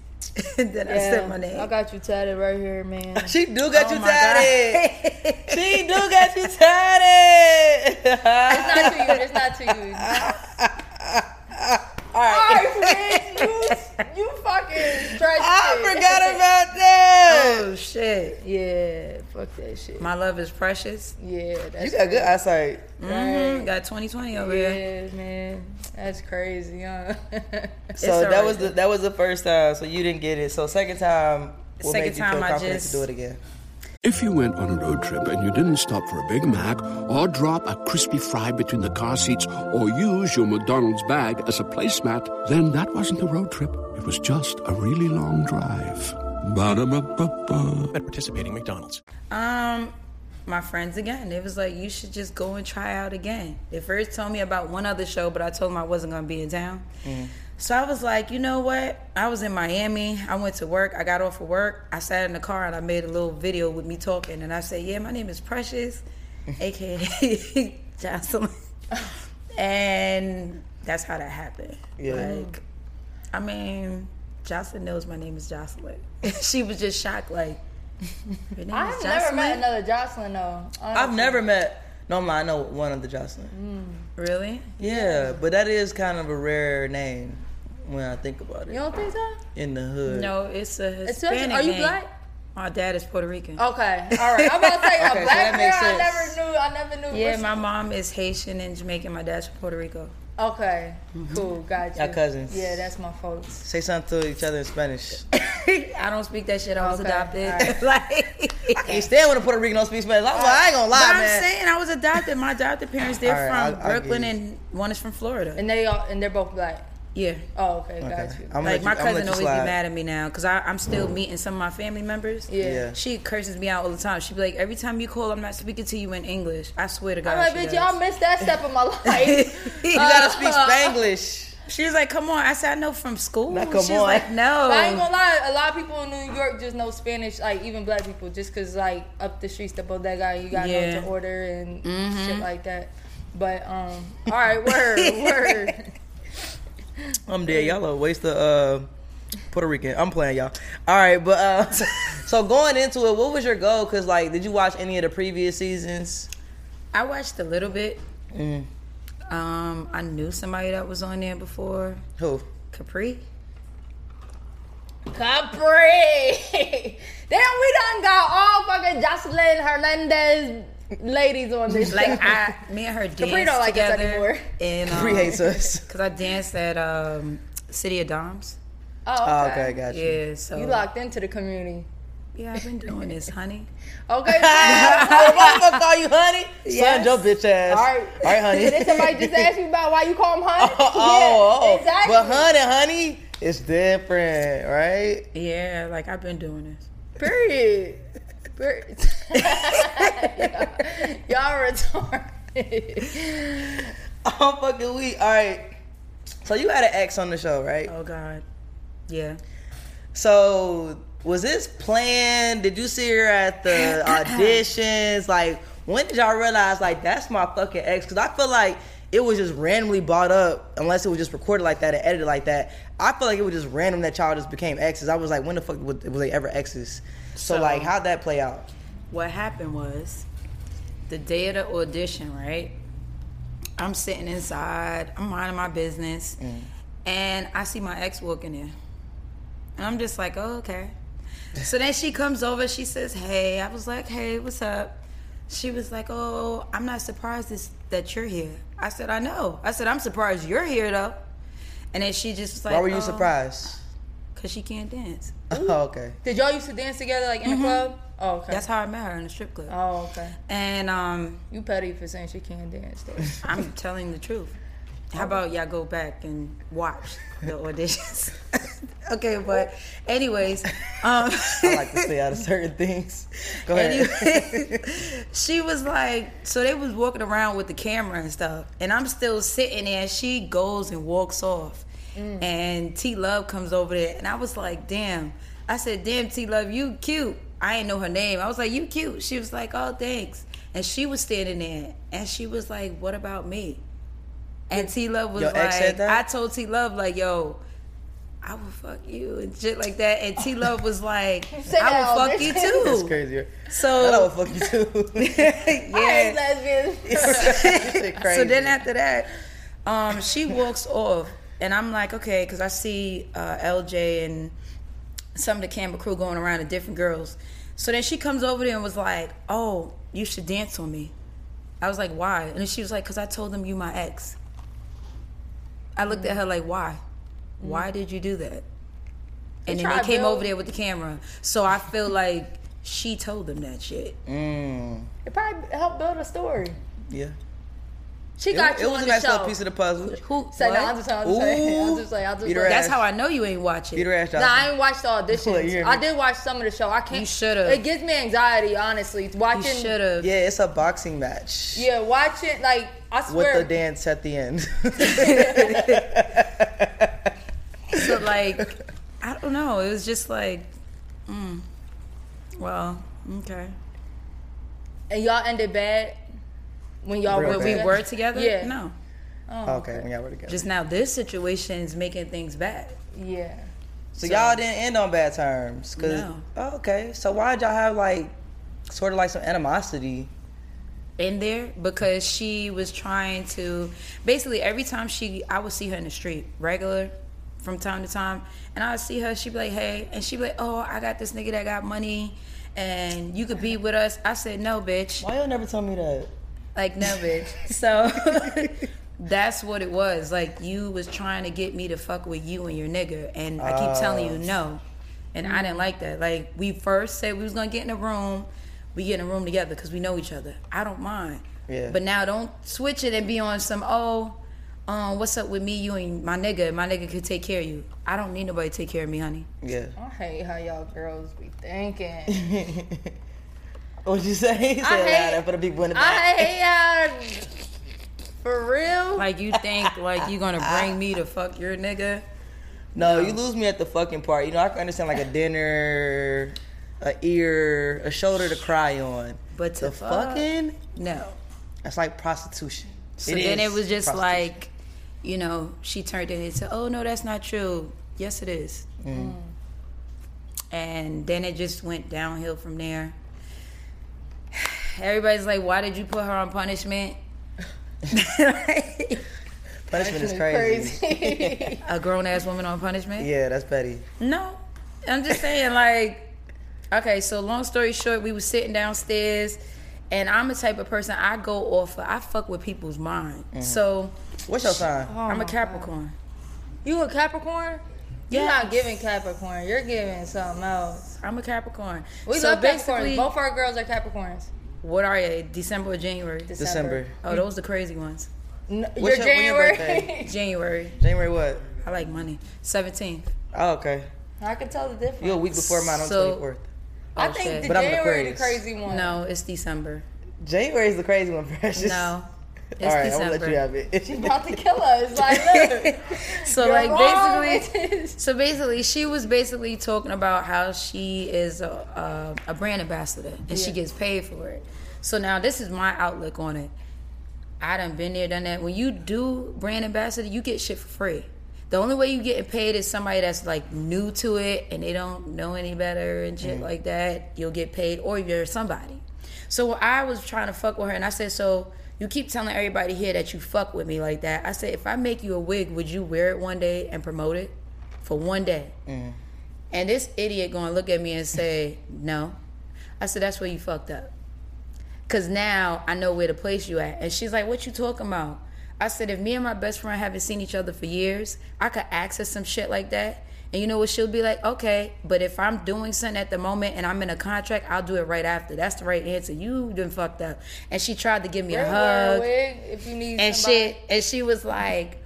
C: and then I said my name.
B: I
C: [laughs]
B: got you tatted right here, man.
A: she do got
C: Oh
A: you
C: my God.
A: tatted. she do got you tatted.
B: It's not to you. It's not to you.
C: [laughs]
A: All
B: All
A: right.
B: right, friends, you you fucking stretched
A: I
B: it.
A: forgot about that.
C: Oh shit!
B: Yeah, fuck that shit.
C: My love is precious.
B: Yeah, that's
A: You got good eyesight.
B: Right.
C: Mhm, Got 2020 over here.
B: Yeah, man, that's crazy, huh?
A: [laughs] So that
C: alright,
A: was the
C: though.
A: that was the first time. So you didn't get it. So second time, what
C: Second
A: made you
C: time
A: feel
C: I
A: confident
C: just-
A: to do it again?
E: If you went on a road trip and you didn't stop for a Big Mac or drop a crispy fry between the car seats or use your McDonald's bag as a placemat, then that wasn't a road trip. It was just a really long drive. Ba-da-ba-ba-ba.
F: At participating McDonald's.
C: Um, my friends again. It was like you should just go and try out again. They first told me about one other show, but I told them I wasn't gonna be in town. So I was like, you know what? I was in Miami. I went to work. I got off of work. I sat in the car and I made a little video with me talking. And I said, yeah, my name is Precious, aka [laughs] Jocelyn. and that's how that happened.
A: Yeah.
C: Like, I mean, Jocelyn knows my name is Jocelyn. [laughs] she was just
B: [laughs]
C: shocked, like. Your name
B: I've
C: is
B: never met
C: Jocelyn?
B: another Jocelyn though.
A: I've never met. No, I'm lying, I know one of the Jocelyn.
C: Really?
A: Mm-hmm. Yeah, but that is kind of a rare name when I think about
B: You
A: it.
B: don't think so?
A: In the hood.
C: No, it's a
B: Especially,
C: Hispanic.
B: are you
C: name.
B: black? Oh,
C: My dad is Puerto Rican.
B: Okay, all right. I'm about to
A: [laughs]
B: say
A: Okay,
B: a
A: so
B: black
A: that
B: girl.
A: makes
B: I
A: sense.
B: never knew. I never knew.
C: Yeah,
B: what's-
C: my mom is Haitian and Jamaican. My dad's from Puerto Rico.
B: Okay, cool, got you.
A: Mm-hmm. Y'all cousins.
B: Yeah, that's my folks.
A: Say something to each other in Spanish.
C: I don't speak that shit. I was
B: Okay,
C: adopted.
B: all right.
C: [laughs]
B: [laughs]
C: like,
A: You stand with a Puerto Rican don't speak Spanish. I'm like, I ain't gonna
C: but
A: lie,
C: I'm
A: man.
C: saying I was adopted. My adopted parents, they're
A: All right,
C: from
A: I'll- I'll
C: Brooklyn
A: give
C: and one is from Florida.
B: And they all and they're both black.
C: yeah.
B: Oh, okay, got
A: Okay,
B: you.
A: I'm gonna let
C: Like, my
A: you- I'm gonna
C: cousin
A: let you
C: always
A: slide.
C: be mad at me now because I'm still meeting some of my family members.
B: yeah.
A: Yeah.
C: She curses me out all the time. She be like, every time you call, I'm not speaking to you in English. I swear to
B: I'm
C: God.
B: like,
C: she
B: bitch,
C: does.
B: y'all Uh, missed that step
A: [laughs]
B: of my
C: [laughs]
B: life.
A: You gotta [laughs] speak Spanglish.
C: She's like, come on. I said, I know from school.
A: Now, come
C: She's
A: on.
C: like, no.
B: But I ain't gonna lie, a lot of people in New York just know Spanish, like even black people, just cause like up the streets, the bodega, you gotta know
C: Yeah.
B: what to order and shit like that. But um, all right, word, word.
A: I'm dead. Y'all a waste of uh, Puerto Rican. I'm playing y'all. All right, but uh, [laughs] so going into it, what was your goal? Cause like, did you watch any of the previous seasons?
C: I watched a little bit.
A: Mm.
C: Um, I knew somebody that was on there before.
A: Who?
C: Capri.
B: Capri. Damn, we done got all fucking Jocelyn Hernandez ladies on this.
C: Like
B: show. [laughs]
C: I, me and her danced
B: Capri don't like us
C: together.
B: anymore.
C: And
A: Pre hates
C: um,
A: us.
C: because I danced at um, City of Doms.
B: oh,
A: Oh,
B: okay.
A: okay, got [laughs] you.
C: Yeah, so
B: You locked into the community.
C: yeah, I've been doing this, honey.
B: Okay, fine.
A: Oh, motherfucker call you honey? Son,
C: Yes.
A: your bitch ass.
B: all right.
A: All right,
B: [laughs]
A: honey. [laughs]
B: Did somebody just ask you about why you call him honey?
A: oh, oh, oh.
B: Yeah, exactly.
A: But honey, honey, it's different, right?
C: Yeah, like I've been doing this.
B: Period.
C: [laughs]
B: Period. [laughs] Y'all retarded.
A: I'm fucking weak. All right. So you had an ex on the show, right?
C: Oh God. Yeah.
A: So was this planned? Did you see her at
C: [clears throat]
A: the auditions? Like, when did y'all realize like that's my fucking ex? Because I feel like it was just randomly brought up, unless it was just recorded like that and edited like that. I feel like it was just random that y'all just became exes. I was like, when the fuck was, was they ever exes? So,
C: So-
A: like, how'd that play out?
C: what happened was the day of the audition, right? I'm sitting inside, I'm minding my business,
A: Mm.
C: and I see my ex walking in. And I'm just like,
A: [laughs]
C: oh, okay. So then she comes over, she says, hey. I was like, hey, what's up? She was like, oh, I'm not surprised this, that you're here. I said, I know. I said, I'm surprised you're here, though. And then she just was like,
A: Why were you
C: "Oh,
A: surprised? [laughs]
C: Cause she can't dance.
A: Oh, okay.
B: Did y'all used to dance together like in
C: Mm-hmm.
B: the club? Oh, okay.
C: That's how I met her in the strip club.
B: oh, okay.
C: And um,
B: You petty for saying she can't dance though.
C: I'm telling the truth. How
A: Oh.
C: about y'all go back and watch the auditions? [laughs] okay, but
A: [laughs]
C: anyways, um,
A: I like to
C: [laughs]
A: stay out of certain things. Go ahead.
C: Anyway, [laughs] she was like, so they was walking around with the camera and stuff, and I'm still sitting there. She goes and walks off,
A: Mm.
C: and T Love comes over there, and I was like, damn. I said, damn, T Love, you cute. I ain't know her name. I was like, you cute. She was like, oh, thanks. And she was standing there, and she was like, what about me? And T Love was
A: Your
C: like,
A: ex said that?
C: I told T Love like, yo. I will fuck you and shit like that. And T Love
A: [laughs]
C: was like,
B: said
C: I
B: that all
C: will fuck
B: this
C: you
B: time.
C: too.
A: [laughs] That's crazier.
C: So
A: That I would fuck you too. [laughs]
B: Hey,
C: [laughs] yeah.
B: lesbians.
C: so then after that, um, she walks off, and I'm like, okay, because I see uh, LJ and some of the camera crew going around to different girls. So then she comes over there and was like, oh, you should dance on me. I was like, why? And then she was like, because I told them you my ex. I looked at her like, why? Why did you do that? And then
B: tried
C: they
B: to
C: came
B: build-
C: over there with the camera. So I feel like she told them that shit.
B: it probably helped build a story.
A: yeah.
B: She
A: It,
B: got
A: it
B: you
A: was
B: on
A: a
B: the
A: nice
B: show.
A: little piece of the puzzle.
C: Who?
B: Say, no,
C: what?
B: I'm just saying, I'm just saying, I'm just saying, I'm just
A: Beat her
B: saying.
C: That's how I know you ain't watch it.
A: Beat her ass out.
B: Nah, I ain't watched the
A: Look, you hear me?
B: auditions. I did watch some of the show. I can't.
C: You should've.
B: It gives me anxiety, honestly.
C: You
B: Watching.
C: should have.
A: yeah, it's a boxing match.
B: Yeah, watching. Like I
A: With
B: swear.
A: the dance at the
C: [laughs]
A: end. [laughs]
C: So like, I don't know. It was just like, mm, well, okay.
B: and y'all ended bad when y'all
A: Real
B: were
A: bad.
C: We
B: together?
C: were together.
B: Yeah.
C: No.
B: Oh,
A: okay, we got were together.
C: Just now, this situation is making things bad.
B: Yeah.
A: so y'all didn't end on bad terms, 'cause-
C: No.
A: oh, okay. So why'd y'all have like sort of like some animosity?
C: in there because she was trying to basically every time she I would see her in the street regular from time to time and I would see her she'd be like hey and she'd be like oh I got this nigga that got money and you could be with us I said no bitch
A: Why y'all never told me that?
C: like no bitch so [laughs] that's what it was like you was trying to get me to fuck with you and your nigga and i keep telling you no and i didn't like that like we first said we was gonna get in a room we get in a room together because we know each other i don't mind
A: Yeah.
C: but now don't switch it and be on some oh um, what's up with me you and my nigga my nigga could take care of you i don't need nobody to take care of me honey
A: Yeah.
B: I hate how y'all girls be thinking.
A: What'd you say? [laughs] He said
B: hate-
A: that for the people in the back.
B: [laughs] I hate how. For real?
C: like you think like you gonna bring me to fuck your nigga
A: No, you lose me at the fucking part. You know, I can understand like a dinner, a ear, a shoulder to cry on.
C: but to
A: The fucking
C: no
A: that's like prostitution.
C: So then it was just like, you know, she turned it into, oh no, that's not true. Yes, it is. And then it just went downhill from there. [sighs] Everybody's like, why did you put her on punishment?
A: punishment is crazy.
C: A grown ass woman on punishment?
A: Yeah, that's petty.
C: No. I'm just saying, like, okay, so long story short, we were sitting downstairs, and I'm the type of person I go off of, I fuck with people's mind. So
A: What's your sign?
C: I'm a Capricorn.
B: [laughs] You a Capricorn? You're not giving Capricorn. You're giving something else.
C: I'm a Capricorn.
B: We
C: so
B: love
C: basically,
B: Capricorns. Both our girls are Capricorns.
C: what are you? December or January?
A: December.
C: Oh, those the crazy ones.
B: No,
A: What's your- when
B: you're
A: your
B: January.
A: birthday?
C: January.
A: January what?
C: I like money. 17th.
A: Oh, okay.
B: [laughs] I can tell the difference.
A: You a week before mine on
C: So-
A: twenty fourth.
B: I
C: Oh,
B: think
C: shit.
B: the
A: But I'm an
B: January the
A: Aquarius.
B: crazy one.
C: No, it's December.
A: January is the crazy one, [laughs] precious.
B: [laughs]
C: No, it's
A: All right, I'm
C: December.
A: gonna let you have it. [laughs]
B: She's about to kill us. Like, look.
C: [laughs] so
B: You're
C: like
B: wrong, [laughs]
C: basically,
B: bitches.
C: [laughs] so basically, she was basically talking about how she is a, a, a brand ambassador and she gets paid for it. So now this is my outlook on it. I done been there, done that. When you do brand ambassador, you get shit for free. The only way you getting paid is somebody that's like new to it and they don't know any better and shit like that. You'll get paid, or you're somebody. So I was trying to fuck with her, and I said, "So you keep telling everybody here that you fuck with me like that." I said, "If I make you a wig, would you wear it one day and promote it for one day?" And this idiot gonna look at me and say, "No." I said, "That's where you fucked up." Cause now I know where to place you at. And she's like, What you talking about? I said, if me and my best friend haven't seen each other for years, I could ask her some shit like that. And you know what? She'll be like, okay, but if I'm doing something at the moment and I'm in a contract, I'll do it right after. That's the right answer. You done fucked up. And she tried to give me a hug
B: If you need
C: and
B: somebody.
C: shit. And she was like,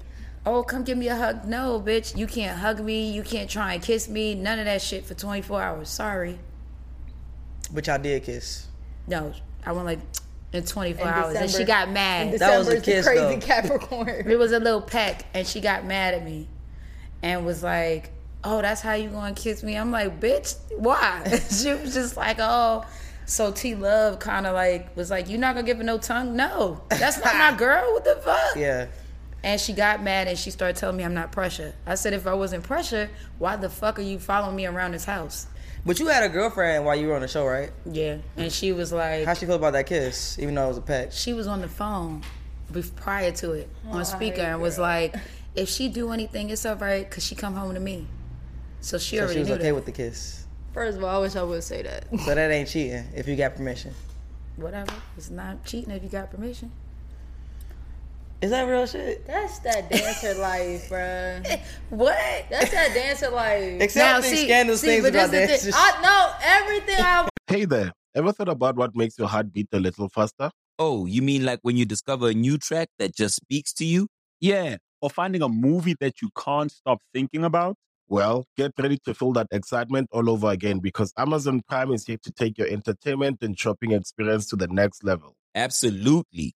C: "Oh, come give me a hug." No, bitch, you can't hug me. You can't try and kiss me. None of that shit for 24 hours. Sorry.
A: But y'all did kiss.
C: No, I went like in 24
B: In
C: hours, and she
B: December.
C: got
B: In
C: mad.
B: December,
A: That was a
B: it's the
A: kiss,
B: crazy
A: though.
B: Capricorn.
C: It was a little peck, and she got mad at me and was like, Oh, that's how you gonna kiss me? I'm like, Bitch, why? [laughs] she was just like, Oh. So T Love kind of like was like, You're not gonna give her no tongue? No, that's
B: [laughs]
C: not my girl. What the fuck?
A: Yeah.
C: And she got mad and she started telling me I'm not pressure. I said, If I wasn't pressure, why the fuck are you following me around this house?
A: But you had a girlfriend while you were on the show, right?
C: Yeah. And she was like,
A: How she feel about that kiss, even though it was a peck?
C: she was on the phone bef- prior to it on speaker and was like, if she do anything, it's all right because she come home to me. So she
A: So
C: already
A: she was
C: knew
A: okay
C: that.
A: with the kiss.
B: [laughs] First of all, I wish I would say that.
A: So that ain't cheating if you got permission.
C: Whatever. It's not cheating if you got permission.
A: Is that real shit?
B: That's that dancer life, bruh.
C: What?
B: That's that dancer life.
A: Except
C: Now,
A: these
C: see-
A: scandalous
C: see,
A: things
C: but
A: about
C: this
A: that.
C: is the-
B: I know everything I
G: Hey there, ever thought about what makes your heart beat a little faster?
H: Oh, you mean like when you discover a new track that just speaks to you?
I: Yeah. Or finding a movie that you can't stop thinking about.
G: Well, get ready to feel that excitement all over again because Amazon Prime is here to take your entertainment and shopping experience to the next level.
H: Absolutely.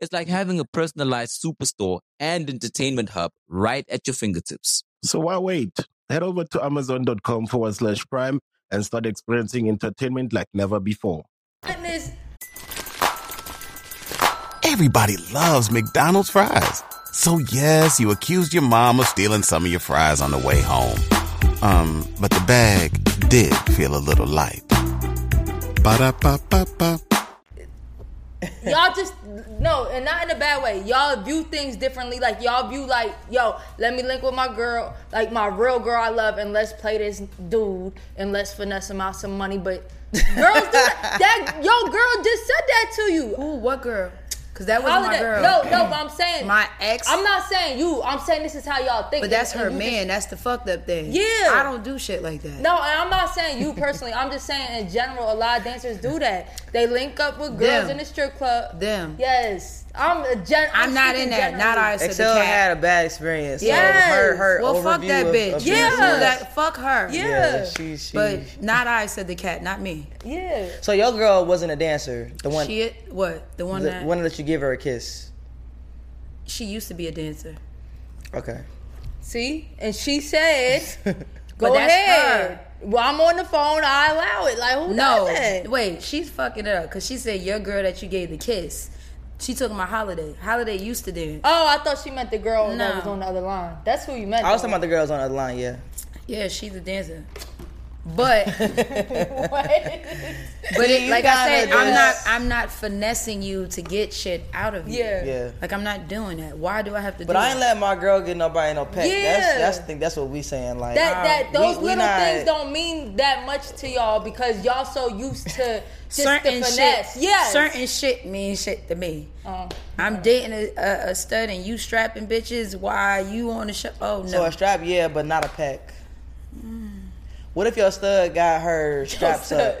H: It's like having a personalized superstore and entertainment hub right at your fingertips.
G: So why wait? Head over to amazon.com forward slash prime and start experiencing entertainment like never before.
B: witnessed.
D: Everybody loves McDonald's fries. So yes, you accused your mom of stealing some of your fries on the way home. Um, but the bag did feel a little light. Ba-da-ba-ba-ba.
B: Y'all just no, and not in a bad way. Y'all view things differently. Like y'all view like, yo, let me link with my girl, like my real girl I love, and let's play this dude and let's finesse him out some money. But girls do that. [laughs] that yo girl just said that to you.
C: Ooh, what girl? Because that was my
B: Holiday.
C: girl.
B: No, no, but I'm saying
C: My ex.
B: I'm not saying you. I'm saying this is how y'all think.
C: But that's
B: and-
C: her
B: and you just-
C: man. That's the fucked up thing.
B: Yeah.
C: I don't do shit like that.
B: no, and I'm not saying you personally. I'm just saying in general, a lot of dancers do that. They link up with girls
C: Them.
B: in the strip club.
C: Them.
B: Yes, I'm a gen.
C: I'm, not
B: speaking
C: in that.
B: generally.
C: Not I said
A: Excel
C: the cat.
A: had a bad experience.
B: Yes.
A: So her, her
C: well,
A: overview
C: fuck that
A: of-
C: bitch.
A: Of,
B: Yeah.
C: You
B: Yes.
C: that- fuck her.
B: Yeah.
A: Yeah, she, she,
C: But not I said the cat, not me.
B: Yeah.
A: so your girl wasn't a dancer. The one,
C: She what? The one
A: the
C: that
A: one that you give her a kiss.
C: she used to be a dancer.
A: Okay. [laughs]
B: See, and she said, "Go
C: that's
B: ahead." Well, I'm on the phone. I allow it. Like who does
C: No,
B: that?
C: wait, she's fucking it up because she said your girl that you gave the kiss. She took my holiday. Holiday used to dance.
B: Oh, I thought she meant the girl
C: No.
B: that was on the other line. That's who you meant.
A: I was talking about the girls on the other line. Yeah.
C: Yeah, she's a dancer.
A: [laughs]
C: But
B: [laughs]
C: but
A: See,
C: it,
A: you
C: like I said,
A: gotta
C: I'm not
A: just-
C: I'm not finessing you to get shit out of you.
B: Yeah.
A: Yeah.
C: Like I'm not doing that. Why do I have to
A: But
C: do
A: I ain't
C: that?
A: letting my girl get nobody no peck.
B: Yeah.
A: That's that's the thing. That's what we saying. Like
B: That that
A: we-
B: those
A: we
B: little
A: not-
B: things don't mean that much to y'all because y'all so used to just
C: certain
B: the finesse.
C: shit,
B: yes.
C: certain shit means shit to me.
B: Oh.
C: I'm dating a, a, a stud and you strapping bitches. Why you on the show? Oh no, Mm.
A: So a strap, yeah, but not a peck. What if your stud got her straps up?
B: stud.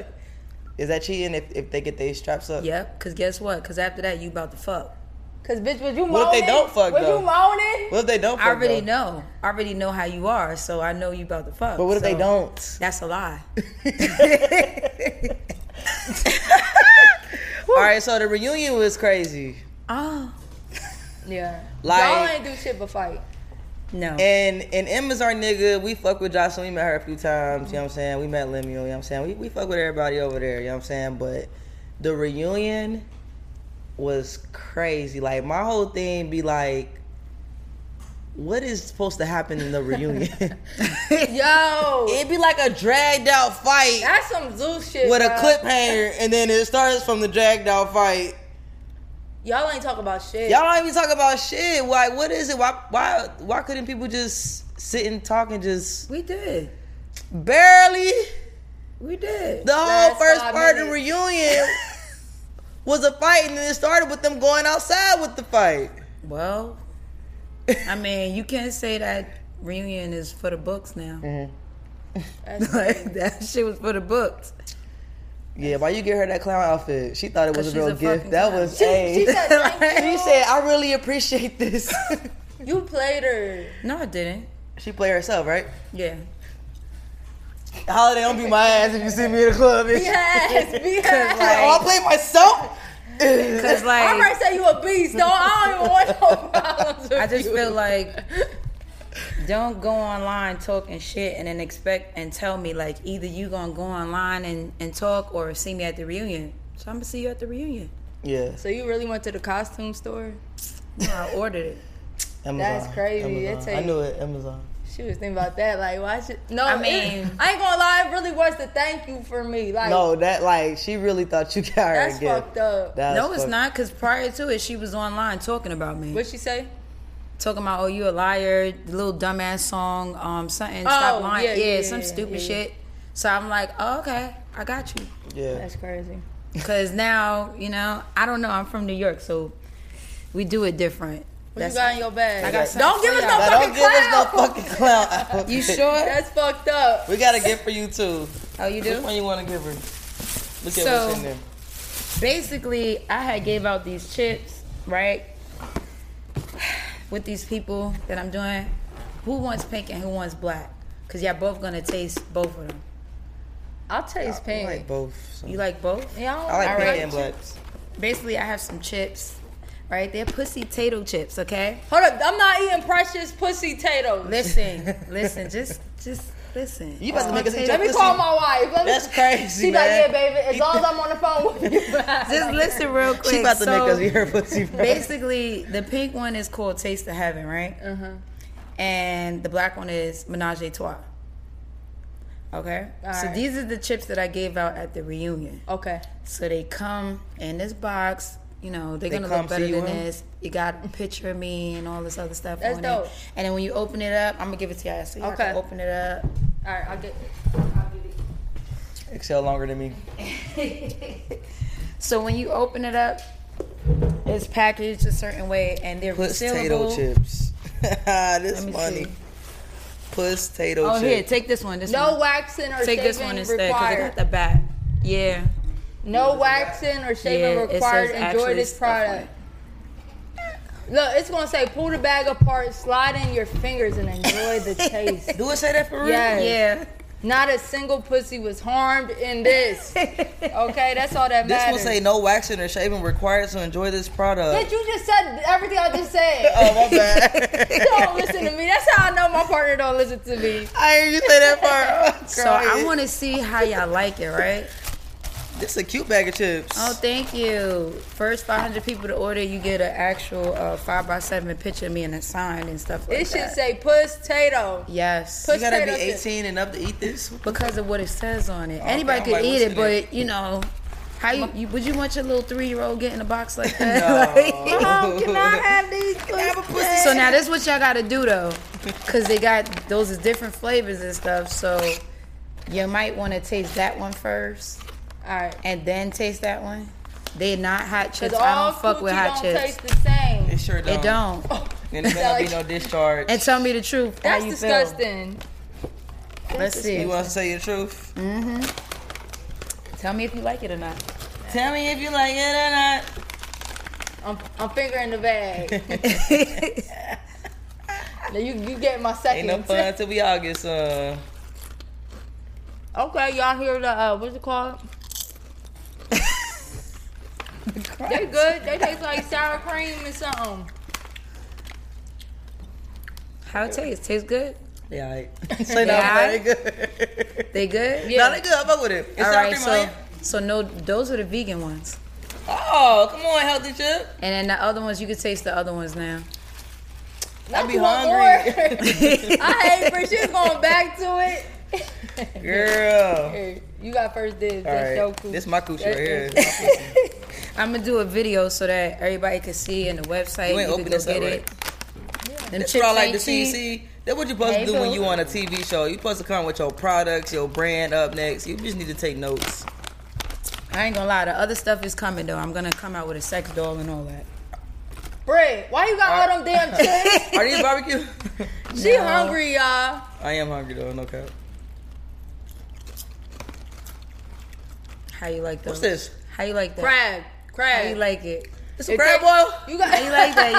A: Is that cheating if, if they get their straps up?
C: Yep, cause guess what? Cause after that, you about to fuck.
B: Cause bitch, was you moaning?
A: What if they don't fuck,
B: Was
A: though?
B: you moaning?
A: What if they don't?
C: I
A: fuck,
C: already
A: though?
C: know. I already know how you are, so I know you about to fuck.
A: But what if they [laughs]
C: so
A: don't?
C: That's a lie.
A: All right, so the reunion was crazy.
C: Oh
B: Yeah.
A: Like-
B: Y'all ain't do shit but fight.
C: no.
A: And and Emma's our nigga. We fuck with Jocelyn. We met her a few times. You know what I'm saying? We met Lemuel. You know what I'm saying? We, we fuck with everybody over there. You know what I'm saying? But the reunion was crazy. Like my whole thing be like, what is supposed to happen in the reunion?
B: Yo,
A: It'd be like a dragged out fight
B: that's some zoo shit.
A: with a
B: bruh.
A: cliffhanger, and then it starts from the dragged out fight.
B: Y'all ain't talk about shit.
A: Y'all don't even talk about shit. Like, what is it? Why why why couldn't people just sit and talk and just
C: We did.
A: barely?
C: We did.
A: The whole
B: Last
A: first
B: five
A: part of the
B: minutes. [laughs]
A: reunion was a fight, and then it started with them going outside with the fight.
C: Well, I mean, you can't say that reunion is for the books now.
A: Mm-hmm.
C: like [laughs] that shit was for the books.
A: Yeah, why you get her that clown outfit? She thought it was
C: 'Cause
A: a real
C: she's a
A: gift.
C: fucking
A: That
C: clown.
A: was
B: She,
A: hey. [laughs]
B: she said, thank you.
A: She said, "I really appreciate this." [laughs]
B: you played her.
C: No, I didn't.
A: she played herself, right? [laughs]
C: Yeah.
A: Holiday, don't be my ass if you see me in the club.
B: [laughs]
A: bitch.
B: Yes,
C: [laughs]
B: be her.
C: like-
A: Oh, I played
B: [laughs]
A: myself.
C: Cause
B: I
C: like
B: already said you a beast, though. I don't even want no [laughs] problems with
C: I just
B: you.
C: feel like don't go online talking shit and then expect and tell me like either you gonna go online and, and talk or see me at the reunion. So I'm gonna see you at the reunion.
A: yeah,
B: So you really went to the costume store? [laughs]
C: No, I ordered it.
A: Amazon.
B: crazy. It
A: Amazon. I
B: take-
A: knew it. Amazon.
B: She was thinking about that. Like, why should no?
C: I
B: it-
C: mean-
B: I ain't gonna lie. It really was the thank you for me. Like,
A: No, that like she really thought you got her
B: that's
A: a gift.
B: fucked up.
A: That
C: no,
A: was
C: it's
A: fucked-
C: not because prior to it, she was online talking about me,
B: What she say?
C: talking about oh you a liar, little dumbass song, um something, stop
B: Oh,
C: lying,
B: yeah,
C: yeah,
B: yeah,
C: some
B: yeah, yeah,
C: stupid
B: yeah.
C: shit. So I'm like, oh, okay, I got you,
A: Yeah,
B: That's crazy.
C: because now you know I don't know I'm from New York, so we do it different.
B: What you got in your bag?
C: I got
B: don't
C: something
B: give
C: for
B: us no
C: y'all.
A: Now,
B: fucking
A: don't give [laughs] us no fucking
B: clout.
A: clown outfit.
C: you sure?
B: That's fucked up.
A: We got a gift for you too.
C: Oh, you
A: Which
C: do.
A: one you want to give her? Look at
C: So-
A: what's in there.
C: basically i had gave out these chips right with these people that i'm doing who wants pink and who wants black because y'all both gonna taste both of them
B: I'll taste
A: I
B: pink.
A: like both. so-
C: you like both
B: yeah,
A: I like
B: don't-
A: pink
C: right.
A: and blacks.
C: basically i have some chips right they're pussy tato chips okay
B: Hold up, I'm not eating precious pussy tatoes.
C: listen listen just just listen
A: [laughs] You about to
C: It's
A: make us
C: gonna
A: eat
C: taste-
B: Let me
A: Oh, Pussy.
B: call my wife. Let me-
A: That's crazy,
B: She
A: man.
B: like, yeah, baby. As long as I'm on the phone
A: [laughs]
B: with you. [laughs]
C: just listen real quick
A: She about to make
C: So-
A: us eat her pussy. bro.
C: basically the pink one is called taste of heaven right
B: Mm-hmm.
C: and the black one is menage a trois okay so
B: Alright.
C: these are the chips that i gave out at the reunion
B: Okay.
C: so they come in this box you know they're
A: They
C: gonna
A: come
C: look better
A: to you
C: than
A: in?
C: this you got a picture of me and all this other stuff
B: That's
C: on
B: dope.
C: it and then when you open it up i'm gonna give it to y'all so y'all
B: Okay.
C: can open it up
B: All right, I'll get.
A: Excel longer than me.
C: so when you open it up it's packaged a certain way and they're
A: Potato
C: resealable.
A: chips. [laughs] this
C: Let me
A: funny.
C: see.
A: Puss tato
C: oh here
A: chips.
C: take this one this one.
B: No waxing or
C: Take
B: shaving
C: this one instead because I
B: required.
C: got the back. Yeah.
B: No waxing or shaving
C: Yeah, it
B: required.
C: says
B: Enjoy
C: actually
B: this
C: stuff on
B: product. Look, it's gonna say pull the bag apart, slide in your fingers, and enjoy
A: [laughs]
B: the taste.
A: Do it say that for real?
B: Yes.
C: Yeah.
B: Not a single pussy was harmed in this. Okay, that's all that
A: This will
B: matters.
A: say no waxing or shaving required to enjoy this product.
B: Bitch, you just said everything I just
C: [laughs]
B: said.
A: Oh my bad. [laughs]
B: You don't listen to me. That's how I know my partner don't listen to me.
A: I heard you say that part.
C: So I want to see how y'all like it, right?
A: This a cute bag of chips.
C: Oh, thank you. First 500 people to order, you get an actual uh, five by seven picture of me and a sign and stuff like
B: It
C: that.
B: should say puss tato.
C: yes.
B: Push-
A: you gotta be
B: potato chips.
A: 18 and up to eat this.
C: because of what it says on it. Anybody
A: I'm
C: could
A: like,
C: eat
A: what's
C: it,
A: in
C: but
A: it?
C: you know, how you, you would you want your little three year old getting a box like that? [laughs] Like,
B: Um,
C: "Mom, can
A: [laughs]
C: I have these?
A: I have a
C: pussy?"
A: pussy?
C: So now that's what y'all gotta do though, because they got those is different flavors and stuff. So you might want to taste that one first,
B: All right.
C: and then taste that one. They not hot chips.
B: Because
C: I
B: all
C: don't fuck with
B: coochie
C: hot
B: don't
C: chips.
B: taste the same.
A: It sure don't.
C: It don't.
A: And there's gonna be no discharge.
C: And tell me the truth.
B: That's
C: how you
B: disgusting.
C: Feel. Let's
A: You
C: see.
A: want to say your truth?
C: Tell me if you like it or not.
A: Tell me if you like it or not.
B: I'm, I'm fingering the
C: [laughs]
B: bag. now you you get my
A: Ain't
B: second.
A: no fun till we uh, all get some.
B: [laughs] Okay, y'all hear the uh, what's it called? They good. They taste like sour cream and something.
C: How it tastes? Tastes good?
A: Yeah, right. [laughs] Say no,
C: Yeah.
A: they good.
C: [laughs] They good?
A: No, they good. I fuck with it. It's
C: All
A: sour
C: right,
A: cream
C: so
A: on it.
C: so no, those are the vegan ones,
A: Oh, come on, healthy chip.
C: and then the other ones you can taste the other ones now.
A: I be
B: One
A: hungry. [laughs]
B: more. I hate for she's going back to it.
A: Girl.
B: Hey, You got first dibs.
A: All
B: That's
A: right.
B: so cool.
A: This my coochie
B: That
A: right here.
B: is-
C: I'm gonna do a video so that everybody can see and the website.
A: You ain't
C: can
A: open this up, right?
C: Them
A: That's
C: chips
A: what I like
C: ain't
A: to see.
C: cheap.
A: See, that's what you're supposed
B: They
A: to do when
B: do.
A: you on a TV show. You're supposed to come with your products, your brand up next. You just need to take notes.
C: I ain't gonna lie, the other stuff is coming though. I'm gonna come out with a sex doll and all that.
B: Bread. Why you got all them damn
A: [laughs]
B: chips?
A: Are these barbecue?
B: She hungry, y'all.
A: I am hungry though, no cap.
C: How you like those?
A: What's this?
C: How you like that?
B: Crab.
C: How you
B: Crab.
C: like it?
A: It's a
B: It
A: crab
B: take-
A: boil?
B: You
C: How
B: got
C: you like that?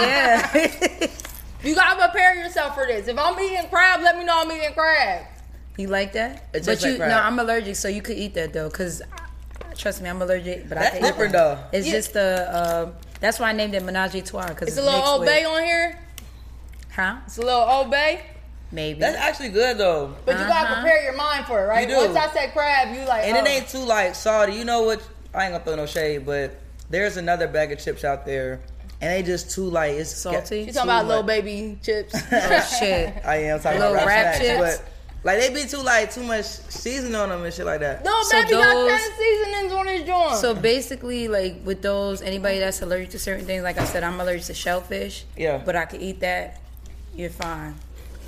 C: Yeah.
B: [laughs]
C: [laughs]
B: You gotta prepare yourself for this. If I'm eating crab, let me know I'm eating crab.
C: you like that?
A: It tastes
C: but you
A: like crab.
C: no, I'm allergic, so you could eat that though, cause I- trust me, I'm allergic. But
A: That's
C: I can
A: different,
C: eat that.
A: though.
C: It's
B: Yeah.
C: just the. Uh, that's why I named it Menage a Trois, cause
B: It's a little
C: mixed
B: old bay
C: with-
B: on here.
C: Huh?
B: It's a little old bay.
C: Maybe. Uh-huh.
A: That's actually good though.
B: But you gotta prepare your mind for it, right?
A: Uh-huh. You do.
B: Once I said crab, you like
A: And
B: oh.
A: it ain't too like salty. You know what? I ain't gonna throw no shade, but there's another bag of chips out there, and they just too like it's
C: Salty?
B: You talking about little baby chips.
C: [laughs] oh shit.
A: I am talking
C: Little
A: about
C: wrap
A: wrap snacks,
C: chips?
A: but like they be too like too much seasoning on them and shit like that.
B: [laughs] No,
C: So
B: baby got
C: those-
B: 10 seasonings on his joint.
C: So basically, like with those, anybody that's allergic to certain things, like I said, I'm allergic to shellfish.
A: Yeah.
C: But I could eat that. You're fine.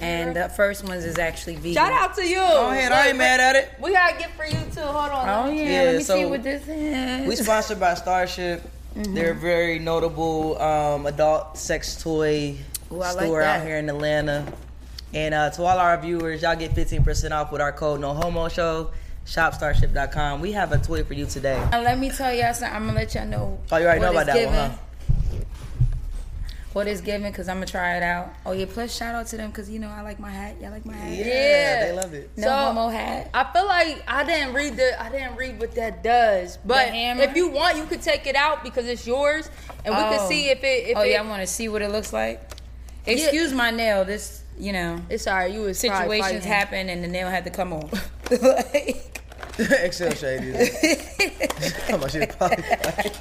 C: And the first ones is actually vegan.
B: Shout out to you.
A: Go ahead, I ain't mad at it.
B: We got a gift for you too. Hold on.
C: Oh yeah.
A: Yeah,
C: let me see
A: so-
C: what this is.
B: [laughs]
A: We sponsored by Starship. They're a
B: Mm-hmm.
A: very notable um, adult sex toy
C: Ooh, I like
A: store
C: that.
A: out here in Atlanta. And uh, to all our viewers, y'all get 15% off with our code No Homo Show. ShopStarship.com. We have a toy for you today.
B: Uh,
C: And let me tell y'all something. I'm gonna let y'all know.
A: Oh, you already
C: what
A: know about
C: it's
A: that
C: giving,
A: one, huh?
C: What it's giving, cause I'm gonna try it out. Oh yeah. Plus shout out to them, cause you know I like my hat. Y'all like my hat.
B: Yeah.
A: they
B: [laughs]
A: love it.
C: No
B: So-
C: homo hat.
B: I feel like I didn't read the I didn't read what that does. But
C: hammer?
B: if you want, you could take it out because it's yours, and we
C: Oh.
B: can see if it if
C: oh
B: it,
C: yeah. I want to see what it looks like. Excuse my nail. This, you know,
B: It's alright. You was probably
C: situations
B: fighting.
C: happen and the nail had to
B: [laughs]
C: come off. like,
A: Excel shady. How much shit probably like-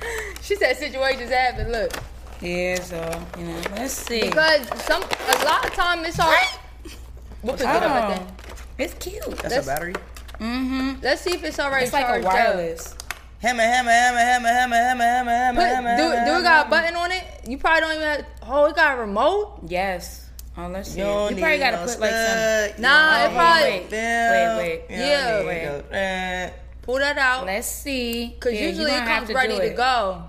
B: [laughs] She said situations happen. Look,
C: yeah. So you know, let's see.
B: because some a lot of time it's all. We'll pick it up at the
C: Oh, it's cute. Mm-hmm.
A: That's,
B: That's-
A: a battery.
B: end. Let's see if it's already
C: It's like a
B: charged
C: wireless.
A: Hammer, hammer, hammer, hammer, hammer, hammer, hammer,
B: Up.
A: hammer,
B: Put,
A: hammer.
B: do,
A: hammer,
B: do it
A: hammer.
B: got a button on it? You probably don't even. Have, oh, it got a remote.
C: Yes. Oh, let's see.
A: You,
C: You,
A: don't
C: probably
A: need
C: gotta
A: no
C: put like some.
A: stud.
B: Nah, it probably.
C: Wait, wait, wait.
B: Yeah.
A: wait.
B: Pull that out.
C: Let's see.
B: Cause
C: Yeah, you
B: usually
C: gonna
B: it
C: have
B: comes
C: do
B: ready to
C: it.
B: go.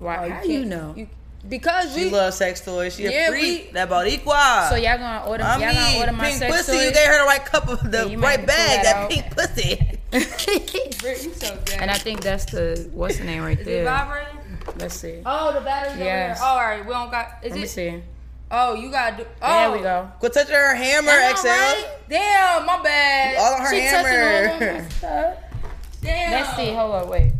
C: Why?
B: You
C: how
B: can't-
C: you know?
B: you- because
A: She
B: we
A: loves sex toys. She
B: Yeah,
A: a freak.
B: we-
A: that about equal.
C: so y'all gonna order?
A: I
C: y'all gonna order
A: mean,
C: my
A: pink
C: sex
A: pussy.
C: toys?
A: You gave [laughs] her the right cup of the
C: you might
A: right
C: have to
A: bag. That
C: pull that out.
A: pink pussy. [laughs]
B: Britt, you so good.
C: [laughs] and I think that's the what's the name right
B: Is it
C: there.
B: vibrating?
C: Let's see.
B: Oh, the battery's
C: Yes.
B: over here. Oh, all right, we don't got. Is
C: Let
B: it?
C: me see.
B: Oh, you got. to do Oh,
C: There we go.
A: Quit touching her hammer,
B: Am I
A: XL.
B: right? Damn, my bad.
A: All on her
C: She touching all
A: hammer.
C: of
A: [laughs]
C: my stuff.
B: Damn.
C: Let's see. Hold on. Wait.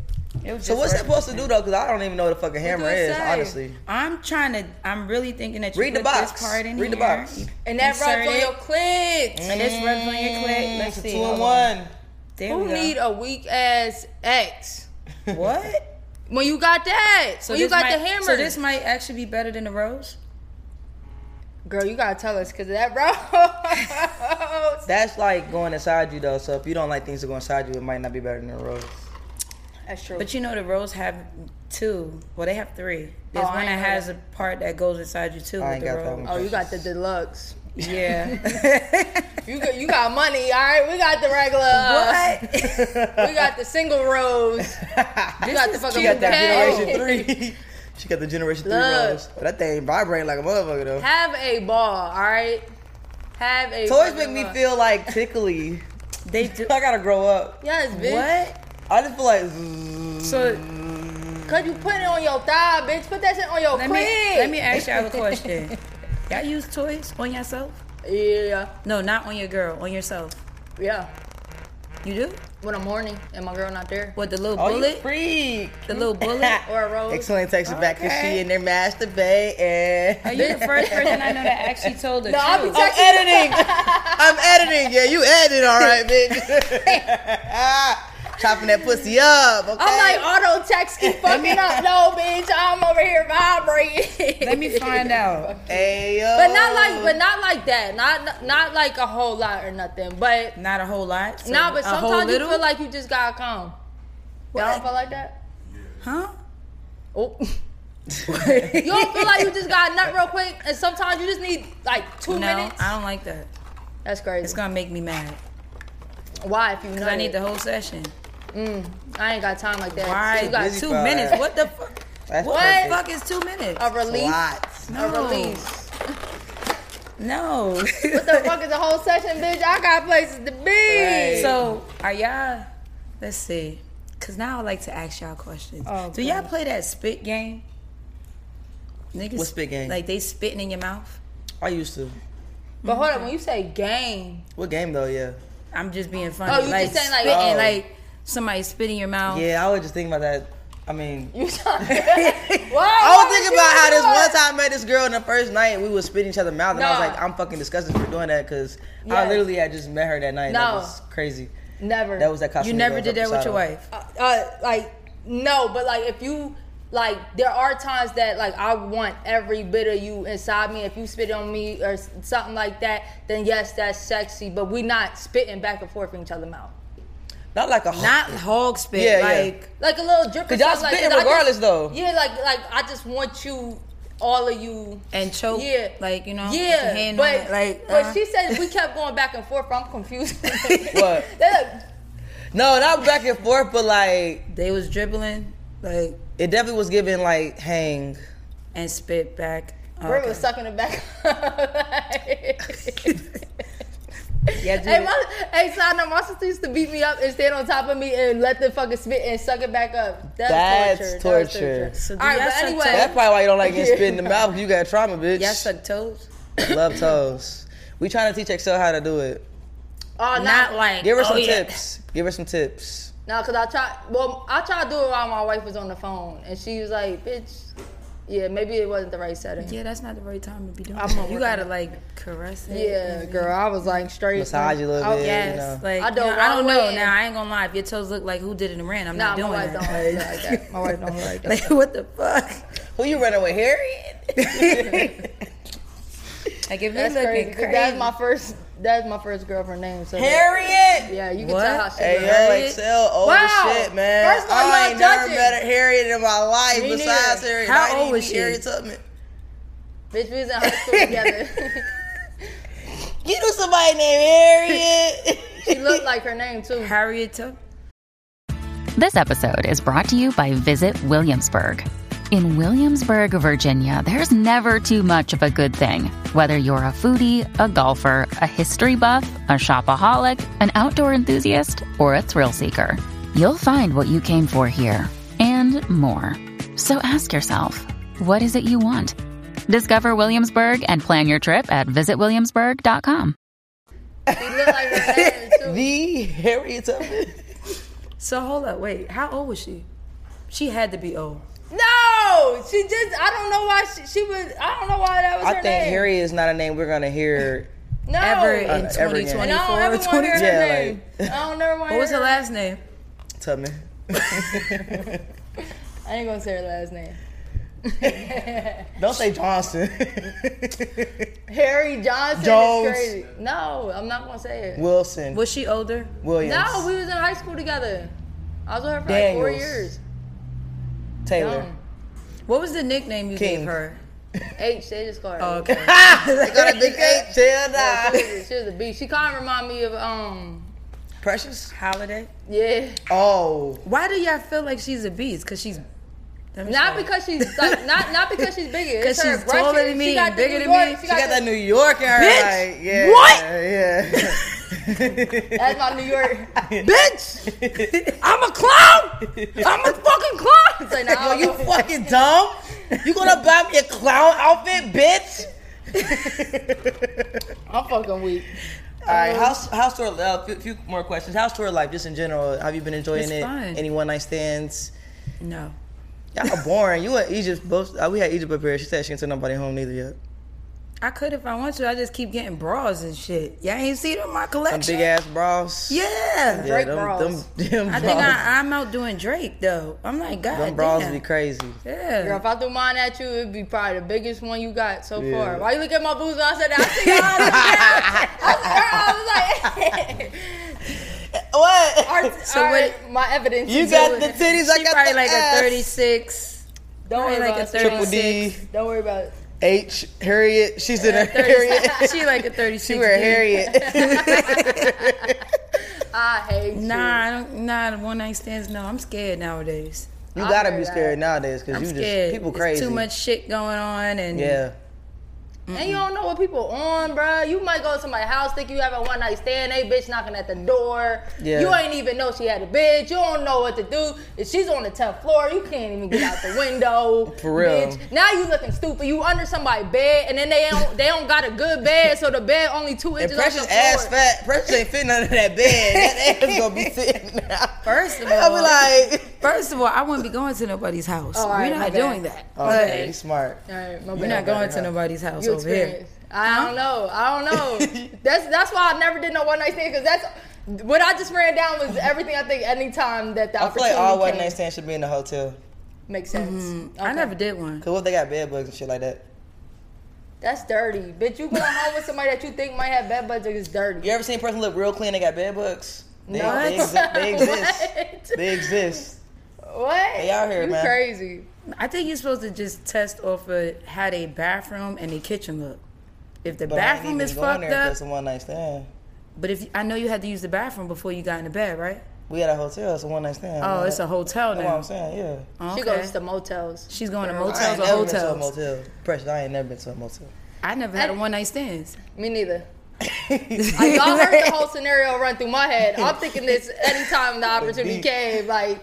C: It was
A: So
C: just
A: what's that
C: working.
A: supposed to do though? Because I don't even know what the fucking hammer
B: do it
A: is.
B: say?
A: Honestly,
C: I'm trying to. I'm really thinking that you
A: Read the
C: put
A: box.
C: This card in
A: Read the
C: here.
A: box.
C: You
B: And that
C: insert
B: rubs on
C: it.
B: your clicks.
C: And this rubs on your clit.
A: it's
C: Let's
A: a
C: see.
A: two in
C: Hold on.
A: one.
C: There
B: Who
C: we go.
B: need a weak ass X?
C: [laughs] what?
B: When you got that, when you
C: this
B: got
C: might-
B: the hammer,
C: So this might actually be better than the rose.
B: girl, you gotta tell us because that [laughs] bro.
A: [laughs] That's like going inside you though. So if you don't like things that go inside you, it might not be better than a rose. [laughs]
B: That's true.
C: But you know the rose have two. Well, they have three. There's
B: Oh, I
C: one that
B: ain't know
C: has a part that goes inside you too.
A: I
C: with
A: ain't
C: the
A: got
C: rose.
A: that one.
B: oh, you got the deluxe.
A: [laughs]
C: Yeah. [laughs]
B: You got, you got money, all right. We got the regular. uh, We got the single rose.
A: [laughs]
B: You got the fucking
A: She got that
B: bouquet.
A: generation three. [laughs] She got the generation three
B: Look.
A: rose. That thing vibrating like a motherfucker though.
B: Have a ball, all right. Have a.
A: Toys make
B: fucking
A: me
B: ball.
A: feel like tickly. [laughs]
C: they do.
A: I gotta grow up.
B: Yes, bitch.
C: What?
A: I just feel like zzz.
C: So
B: Cause you put it on your thigh, bitch. Put that shit on your
C: let
B: clit.
C: me let me ask y'all
A: [laughs]
C: a question. y'all use toys on yourself?
B: Yeah,
C: No, not on your girl. On yourself.
B: yeah.
C: You do?
B: When I'm horny and my girl not there.
C: What the little
A: Oh, you
C: bullet?
A: freak.
C: The little bullet?
B: Or a rose.
A: Excellent text back because
C: Okay.
A: she in their master bay
C: [laughs] Are
A: and
C: you the first person I know that actually told the
B: No, I'll be
C: truth?
A: [laughs] I'm
C: [laughs]
A: editing. I'm editing. Yeah, you edit all right, bitch. [laughs] Chopping that pussy up. Okay.
B: I'm like auto text keep fucking up. No, bitch, I'm over here vibrating.
C: Let
B: [laughs]
C: me find out.
A: hey, yo.
B: But not like,
C: Um,
B: but not like that. Not not like a whole lot or nothing. But
C: Not a whole lot. so
B: nah, but
C: a whole
B: sometimes you
C: little?
B: feel like you just gotta calm. Y'all don't feel like that?
C: Huh?
B: Oh. [laughs]
C: [laughs]
B: you don't feel like you just got nut real quick, and sometimes you just need like two
C: No,
B: minutes.
C: I don't like that.
B: That's crazy.
C: It's gonna make me mad.
B: Why if you know?
C: Cause I need the whole session.
B: I ain't got time like that.
C: Why?
B: You got
A: Busy
C: two
A: fire.
C: minutes. What the fuck?
A: That's
C: What the
A: perfect.
C: fuck is two minutes?
B: a release.
A: Lots.
B: A release. [laughs]
C: No. [laughs]
B: What the fuck is the whole session, bitch? I got places to be.
C: So are y'all? Let's see. Cause now I like to ask y'all questions.
B: Oh,
C: Do y'all play that spit game? Niggas,
A: What spit game?
C: Like they spitting in your mouth.
A: I used to.
B: But hold up, when you say game,
A: What game though? Yeah.
C: I'm just being funny.
B: Oh, you just saying, like-
C: spitting,
A: Oh.
B: [laughs]
C: like somebody spitting your mouth.
A: Yeah, I was just thinking about that. [laughs] I mean,
B: you trying Why?
A: I was thinking about how this one time I met this girl and the first night we was spitting each other's mouth, and I
B: Nah.
A: was like, I'm fucking disgusted for doing that because I
B: Yes.
A: literally had just met her that night. That
B: No.
A: was crazy.
B: Never.
A: That was that
C: You
A: costume.
C: never did that with your wife.
B: uh, uh, like no, but like if you like there are times that like I want every bit of you inside me. If you spit on me or s- something like that, then yes, that's sexy. But we not spitting back and forth in each other's mouth.
A: Not like a
C: Not hog spit.
A: Yeah, yeah.
C: like
B: Like a little drip. or
A: 'Cause y'all
B: something, like-
A: spitting
B: 'cause I just-
A: regardless, though.
B: Yeah, like like I just want you, all of you.
C: and choke.
B: Yeah,
C: Like you know. put your
B: yeah,
C: hand on
B: but
C: it, like.
B: but
C: uh,
B: she said we kept going back and forth. I'm confused.
A: [laughs] What?
B: [laughs] They're like,
A: no, not back and forth, but like
C: they was dribbling, like
A: it definitely was giving like hang.
C: and spit back. Oh,
B: Brit
C: okay.
B: was sucking it back.
C: [laughs] Yeah, do
B: hey,
C: it.
B: my, hey, sign up. My sister used to beat me up and stand on top of me and let the fucking spit and suck it back up. That's,
A: That's
B: torture. That
A: torture.
B: was
C: So do
B: All right,
C: y'all
B: but
C: suck
B: anyway,
C: toes?
A: That's probably why you don't like getting spit in the mouth. 'cause You got trauma, bitch.
C: Y'all suck toes.
A: Love toes. We trying to teach Excel how to do it.
B: oh, nah,
C: Not like
A: Give her some
C: oh, yeah.
A: tips. Give her some tips.
B: no, cause I tried. Well, I tried to do it while my wife was on the phone, and she was like, "Bitch, yeah, maybe it wasn't the right setting." Yeah,
C: Yeah, that's not the right time to be doing.
B: I'm
C: that.
B: gonna
C: You
B: work
C: gotta
B: on
C: like caress it. and-
B: girl, I was like straight.
A: Massage you a little
B: I-
A: bit.
C: Oh, Yes,
A: you know.
C: like
B: I
C: you
B: don't
C: know, I don't
B: want
C: know.
B: it.
C: Now I ain't gonna lie. If your toes look like who did it in Iran, I'm
B: Nah,
C: not doing
B: my wife don't
C: that.
B: like that. like that. My
C: [laughs]
B: wife don't like that.
C: Like what the fuck?
A: Who you running with, Harry?
C: Like if
B: That's
C: you're
B: crazy.
C: looking
B: 'cause
C: crazy,
B: That's my first. That's my first girlfriend name. So
A: Harriet.
B: yeah, you can
C: What?
B: tell how she.
A: Hey,
B: look.
A: yo, Excel, old
B: Wow.
A: as shit, man.
B: First of all,
A: I
B: y'all
A: ain't
B: judging.
A: never met a Harriet in my life
B: Me
A: besides
B: neither.
A: Harriet.
C: How
A: Not
C: old
A: even
C: was she?
A: Harriet Tubman.
B: Bitch, we was in high school
A: [laughs]
B: together. [laughs]
A: You know somebody named
B: [laughs]
A: Harriet.
B: she looked like her name too.
C: Harriet Tubman.
F: This episode is brought to you by Visit Williamsburg. In Williamsburg, Virginia, there's never too much of a good thing. Whether you're a foodie, a golfer, a history buff, a shopaholic, an outdoor enthusiast, or a thrill seeker, you'll find what you came for here and more. So ask yourself, what is it you want? Discover Williamsburg and plan your trip at visitwilliamsburg.com.
B: She looked like
A: [laughs]
B: her name too.
A: the Harriet Tubman.
C: So hold up, wait. How old was she? She had to be old.
B: No, she just. I don't know why she, she was. I don't know why that was
A: I
B: her
A: think
B: name.
A: Harriet is not a name we're gonna hear.
B: no.
C: Ever
B: I
C: in
A: Uh, ever again.
B: don't ever
C: 2024,
B: want to hear her
C: 2010.
A: Yeah,
B: name. I don't
A: [laughs]
B: ever want to
C: What
B: hear
C: was her last name?
A: Tubman.
B: I ain't gonna say her
A: [laughs]
B: last name.
A: [laughs] Don't say
B: [laughs]
A: Johnson.
B: Harry Johnson
A: Jones.
B: is crazy. No, I'm not gonna say it.
A: Wilson.
C: Was she older?
A: Williams.
B: No, we was in high school together. I was with her for like four
A: Daniels.
B: years.
A: Taylor.
B: Young.
C: What was the nickname you
A: King.
C: gave her?
B: H, they just called her.
A: Uh,
C: Oh,
A: [laughs]
C: okay.
A: They got a
B: [laughs]
A: big eight. Taylor.
B: She was a- She was a beast. She kind of remind me of um,
A: Precious.
C: Holiday.
B: yeah.
A: Oh.
C: Why do y'all feel like she's a beast? Cause she's Let me
B: Not
C: stop.
B: because she's like not not because she's bigger. It's
C: 'Cause
B: her
C: she's taller
B: brushes.
C: than me
B: She got
C: and
B: the
C: bigger
B: New
C: than me.
B: York-
A: She got that New York in her.
C: Bitch,
A: like, yeah,
C: what?
A: Yeah.
B: That's my New York.
A: [laughs]
C: bitch. I'm a clown. I'm a fucking clown.
B: It's like, nah,
A: Yo,
B: I
A: you
B: don't know.
A: fucking dumb? You gonna buy me a
C: [laughs]
A: clown outfit, bitch?
B: I'm fucking weak.
A: All right, house house tour. A uh, few, few more questions. House tour life, just in general. Have you been enjoying
B: It's
A: it?
B: fun.
A: Any one night stands?
B: No.
A: Y'all are boring. You in Egypt? Both uh, we had Egypt up here. She said she can't tell nobody home neither yet.
C: I could if I want to. I just keep getting bras and shit. Y'all ain't see them in my
A: Them
C: collection.
A: big ass bras.
C: yeah.
A: yeah,
B: Drake
A: them,
B: bras.
A: them, them
C: I
A: bras.
C: think I, I'm out doing Drake though. I'm like, God
A: them bras
C: damn.
A: be crazy. [laughs]
C: yeah.
B: Girl, if I threw mine at you, it'd be probably the biggest one you got so far. Why you look at my boobs when I said that? I see y'all. I was, girl, I was like,
A: What?
B: [laughs] our,
C: So
B: our-
C: what-
B: my evidence.
A: You
B: is
A: got
B: doing
A: the
B: it.
A: titties. I
C: She
A: got
C: probably
A: the
C: like
A: ass.
C: a 36.
B: Don't worry
C: probably like
B: about
C: a
B: it.
A: Triple D.
B: Don't worry about it.
A: [laughs] H. Harriet. She's in her Harriet.
C: She like a 36.
A: She wear
C: D. [laughs]
A: Harriet.
B: I hate you.
C: Nah, I don't, nah, the one night stands. No, I'm scared nowadays.
A: You gotta
B: wear
A: be
B: that.
A: scared nowadays because
C: I'm
A: you just
C: scared.
A: people
C: It's
A: crazy.
C: too much shit going on, and
A: Yeah.
B: And you don't know what people on, bruh. You might go to my house, think you have a one night stand, they bitch knocking at the door.
A: Yeah.
B: You ain't even know she had a bitch. You don't know what to do. If she's on the 10th floor, you can't even get
A: [laughs]
B: out the window.
A: For real.
B: Bitch. Now you looking stupid. You under somebody's bed, and then they don't they don't got a good bed, so the bed only two
A: And
B: inches off the
A: Precious
B: floor.
A: ass fat. Precious ain't fitting under that bed.
C: [laughs]
A: That ass gonna be sitting out.
C: First of all-
A: I'll be like,
C: first of all, I wouldn't be going to nobody's house.
B: Oh, all right,
C: We're
B: my
C: not
B: bad.
C: doing that.
A: oh, man, you smart.
B: All right, my
C: We're
B: bad.
C: not going to nobody's house
B: You
C: over here.
B: experience. I don't know. I don't
A: [laughs]
B: know. that's that's why I never did no one night stand because that's what I just ran down was everything I think any time that the
A: I feel
B: opportunity
A: like all
B: came.
A: one night stands should be in the hotel.
B: makes sense.
C: I never did one.
A: Cause what if they got bed bugs and shit like that?
B: That's dirty, bitch. You going home with somebody that you think might have bed bugs? like It's dirty.
A: You ever seen a person look real clean? They got bed bugs. They,
B: What?
A: they, exi-
C: [laughs]
A: they exist.
B: What?
A: They exist.
B: What?
A: They out here,
B: you
A: man.
B: crazy.
C: I think you're supposed to just test off of how they bathroom and the kitchen look. If the
A: But I ain't
C: bathroom
A: even
C: is
A: going
C: fucked
A: there if
C: up,
A: It's a one night stand.
C: but if I know you had to use the bathroom before you got into bed, right?
A: We at a hotel. It's a one night stand.
C: Oh, it's a hotel
A: That's what I'm
C: now.
A: saying. Yeah.
B: She
C: Okay.
B: goes to motels.
C: She's going to
A: I ain't
C: motels or
A: never been to a
C: hotels.
A: motel. Precious, I ain't never been to a motel.
C: I never had a one night stands.
A: [laughs]
B: Me neither. Like, y'all heard the whole scenario run through my head. I'm thinking this
A: [laughs]
B: anytime the opportunity
A: beat.
B: came. Like,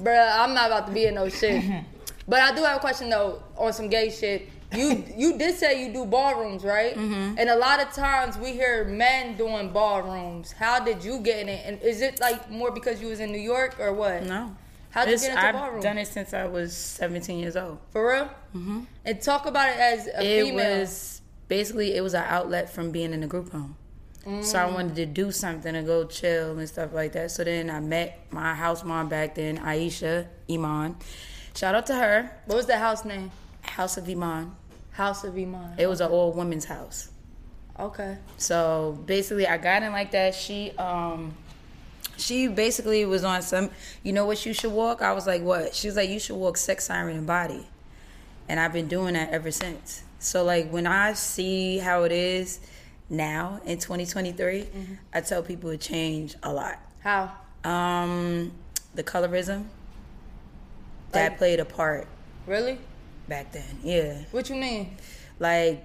B: bruh, I'm not about to be in no shit.
C: Mm-hmm.
B: But I do have a question though on some gay shit. You you did say you do ballrooms, right?
C: Mm-hmm.
B: And a lot of times we hear men doing ballrooms. How did you get in it? And is it like more because you was in New York or what?
C: No.
B: How did you
C: It's-
B: get into
C: I've
B: ballroom?
C: done it since I was 17 years old.
B: For real? Mm-hmm. And talk about it as a
C: it
B: female.
C: was basically it was an outlet from being in a group home. So I wanted to do something to go chill and stuff like that. So then I met my house mom back then, Aisha Iman. Shout out to her,
B: what was the house name?
C: House of Iman.
B: House of Iman.
C: It was an old woman's house.
B: Okay.
C: So basically, I got in like that. She um, she basically was on some. You know what you should walk? I was like, what? She was like, you should walk sex siren and body, and I've been doing that ever since. So like when I see how it is now in 2023, I tell people it changed a lot.
B: How?
C: Um, the colorism that
B: Like-
C: played a part
B: Really?
C: back then. Yeah
B: What you mean?
C: like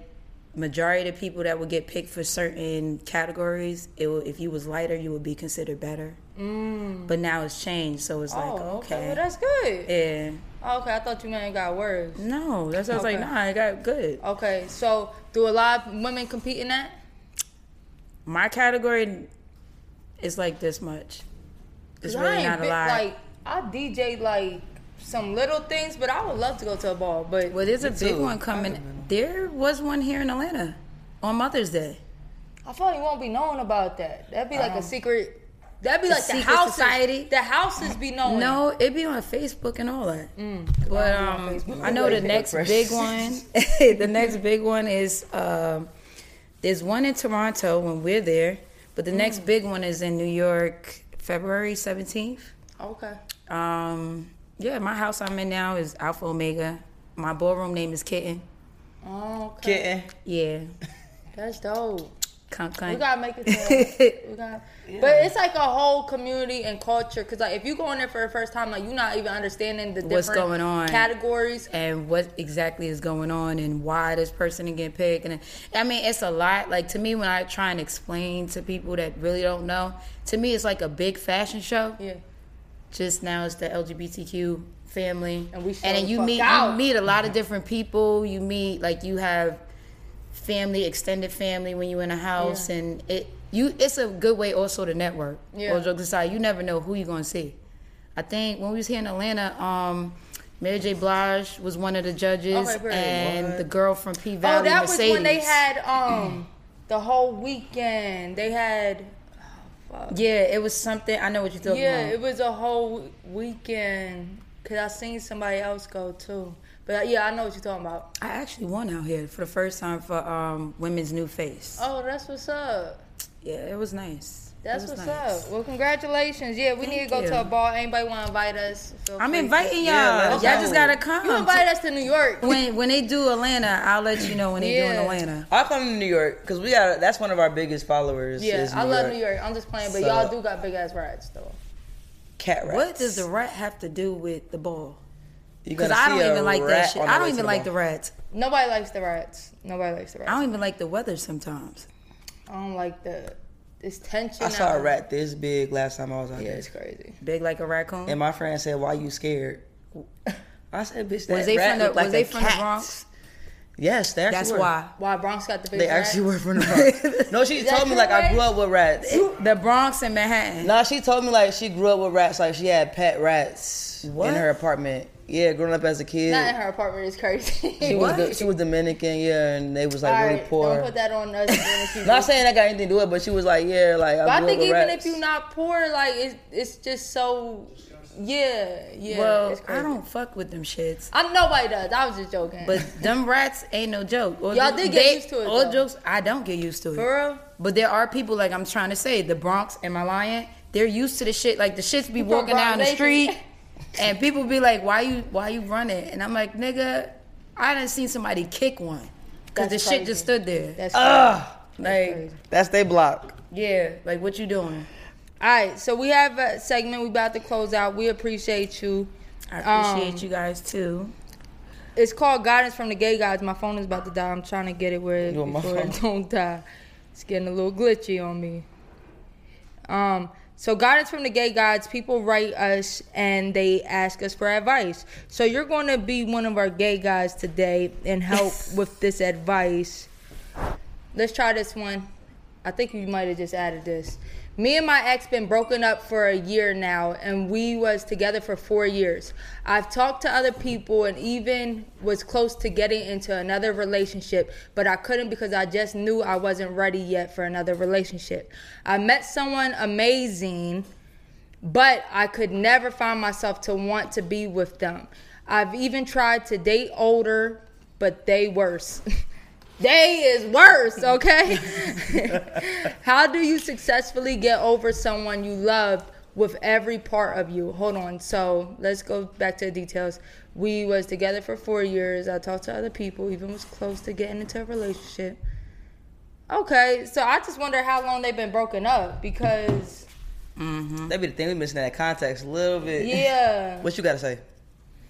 C: majority of the people that would get picked for certain categories it would, if you was lighter you would be considered better mm. but now it's changed so it's like
B: oh, okay.
C: okay,
B: Well, that's good.
C: yeah
B: Oh, okay, I thought you meant it got worse.
C: no that's what i was like
B: Okay.
C: nah it got good
B: Okay, so do a lot of women compete in that?
C: my category is like this much it's
B: 'Cause
C: really
B: ain't
C: not a
B: been-
C: lot
B: Like I DJ like some little things, but I would love to go to a ball. But
C: well there's a big one coming there was one here in atlanta on mother's day
B: I thought you won't be knowing about that. That'd be like a secret. That'd be like the
C: Oh. secret
B: houses.
C: society?
B: The houses be knowing.
C: No, it be on Facebook and all that. But um, I know the next big one. [laughs] the next big one is um, there's one in Toronto when we're there, but the next big one is in New York, February 17th.
B: Okay.
C: Um, yeah, my house I'm in now is Alpha Omega. My ballroom name is Kitten.
B: Oh, okay.
A: Kitten.
C: Yeah,
B: That's dope.
C: cunt
B: We
C: cunt.
B: gotta make
C: [laughs]
B: it. To, we gotta, But it's like a whole community and culture. Cause like if you go in there for the first time, like you're not even understanding the
C: What's
B: different
C: going on.
B: categories.
C: and what exactly is going on and why this person is getting picked and i mean it's a lot like to me when i try and explain to people that really don't know to me it's like a big fashion show
B: Yeah.
C: just now it's the lgbtq family
B: And we show
C: and then
B: the
C: you
B: fuck
C: meet
B: out.
C: you meet a lot of different people you meet like you have family, extended family when you in a house, and it you it's a good way also to network.
B: Yeah.
C: All jokes aside, you never know who you're gonna see. I think when we was here in Atlanta, um, Mary J. Blige was one of the judges,
B: Okay, great.
C: and the girl from P Valley,
B: Oh, that
C: Mercedes.
B: was when they had um the whole weekend. They had oh,
C: Yeah, it was something. I know what you're talking
B: yeah,
C: about.
B: it was a whole weekend. Cause I seen somebody else go too. But uh, yeah, I know what you're talking about.
C: I actually won out here for the first time for um, Women's New Face.
B: Oh, that's what's up.
C: Yeah, it was nice. It
B: That's
C: was
B: what's
C: nice.
B: up. Well, congratulations. Yeah, we need to
C: Thank
B: go to
C: you.
B: a ball. Anybody want to invite us? Feel
C: I'm
B: free.
C: inviting y'all.
A: Yeah, let us
C: y'all
A: know.
C: just gotta come.
B: You invite us to New York.
C: when when they do Atlanta, I'll let you know when they
B: Yeah.
C: do in Atlanta.
A: I'll come to New York because we got that's one of our biggest followers.
B: [laughs] yeah,
A: is
B: I love New York. I'm just playing, but
A: So-
B: y'all do got big ass rides though.
A: Cat rats.
C: What does the rat have to do with the ball?
A: You
C: Because
A: gonna
C: I don't
A: see a
C: even like
A: rat
C: that shit.
A: on the
C: I
A: way
C: don't
A: to
C: even
A: the
C: like
A: ball.
C: the rats.
B: Nobody likes the rides. Nobody likes the rides.
C: I don't even like the weather sometimes.
B: I don't like the it's tension.
A: I saw
B: out
A: a
B: here.
A: rat this big last time I was out
B: Yeah,
A: there,
B: it's crazy.
C: Big like a raccoon.
A: and my friend said, "Why you scared?" I said, "Bitch, that
C: was they
A: rat
C: from the
A: looked like
C: Was they
A: a
C: from
A: cat.
C: the Bronx?
A: Yes, they actually
C: That's
A: were.
C: why.
B: Why Bronx got the big
A: They
B: rat?
A: actually were
C: [laughs]
A: from the Bronx. No, she
B: Is that
A: told me
B: true,
A: like I
B: Ray?
A: grew up with rats.
C: The Bronx and Manhattan.
A: Nah, she told me like she grew up with rats. Like she had pet rats
C: What?
A: in her apartment. Yeah, growing up as a kid.
B: Not in her apartment. It's crazy.
A: She was,
B: [laughs]
C: What?
A: the, she was Dominican, yeah, and they was like
B: All
A: really
B: right,
A: poor.
B: Don't put that
A: [laughs]
B: on us. being a
A: Not
B: people.
A: saying that got anything to do with it, but she was like, yeah, like I
B: But I
A: grew
B: think
A: up with
B: even
A: rats.
B: if you're not poor, like it's it's just so yeah yeah.
C: well,
B: it's crazy.
C: I don't fuck with them shits.
B: I nobody does. I was just joking.
C: But them rats ain't no joke. Or
B: Y'all
C: them-
B: did get used to it,
C: All
B: though.
C: jokes, I don't get used to it.
B: for real,
C: But there are people like I'm trying to say, the Bronx and my lion, they're used to the shit. Like the shits be
B: From
C: walking down the
B: Bronx, they-
C: street, and people be like, "Why you? Why you running?" And I'm like, "Nigga, I done seen somebody kick one because the
B: That's
C: shit just
B: crazy.
C: stood there.
B: [laughs] that's
A: Ugh,
C: like,
A: that's they block.
C: yeah, like what you doing?
B: all right. So we have a segment. We about to close out. We appreciate you.
C: I appreciate
B: Um,
C: you guys too.
B: It's called Guidance from the Gay Guys. My phone is about to die. I'm trying to get it where
A: You want my
B: before it don't die. It's getting a little glitchy on me. Um, so Guidance from the Gay Guys. People write us and they ask us for advice. So you're going to be one of our gay guys today
A: [laughs]
B: and help with this advice. Let's try this one. I think you might have just added this. Me and my ex been broken up for a year now, and we was together for four years. I've talked to other people and even was close to getting into another relationship, but I couldn't because I just knew I wasn't ready yet for another relationship. I met someone amazing but I could never find myself to want to be with them. I've even tried to date older, but they worse. [laughs] they is worse, okay? [laughs] How do you successfully get over someone you love with every part of you? Hold on. So let's go back to the details. We was together for four years. I talked to other people, even was close to getting into a relationship. Okay, so I just wonder how long they've been broken up because
A: That be the thing we missing that context a little bit.
B: yeah.
A: [laughs] What you gotta say?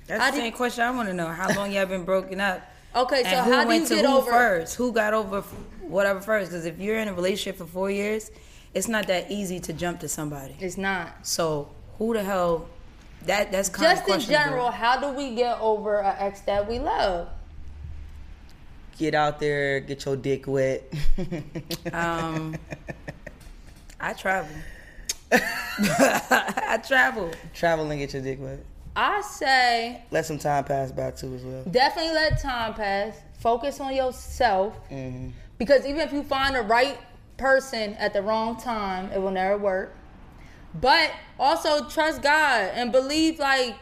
C: That's
B: I
C: the
B: did-
C: same question I want to know. How long y'all been broken up?
B: Okay, so
C: and who
B: how do
C: went
B: you
C: to
B: get
C: who
B: over?
C: first? Who got over f- whatever first? Because if you're in a relationship for four years, it's not that easy to jump to somebody.
B: It's not.
C: So who the hell? That that's kind
B: Just
C: of
B: in
C: questionable.
B: general, how do we get over an ex that we love?
A: Get out there, get your dick
B: [laughs]
A: wet. [laughs]
C: Um, I travel. [laughs] I travel.
A: Travel and get your dick wet.
B: I say
A: Let some time pass by too as well.
B: definitely let time pass. Focus on yourself. Mm-hmm. Because even if you find the right person at the wrong time, it will never work. But also trust God and believe like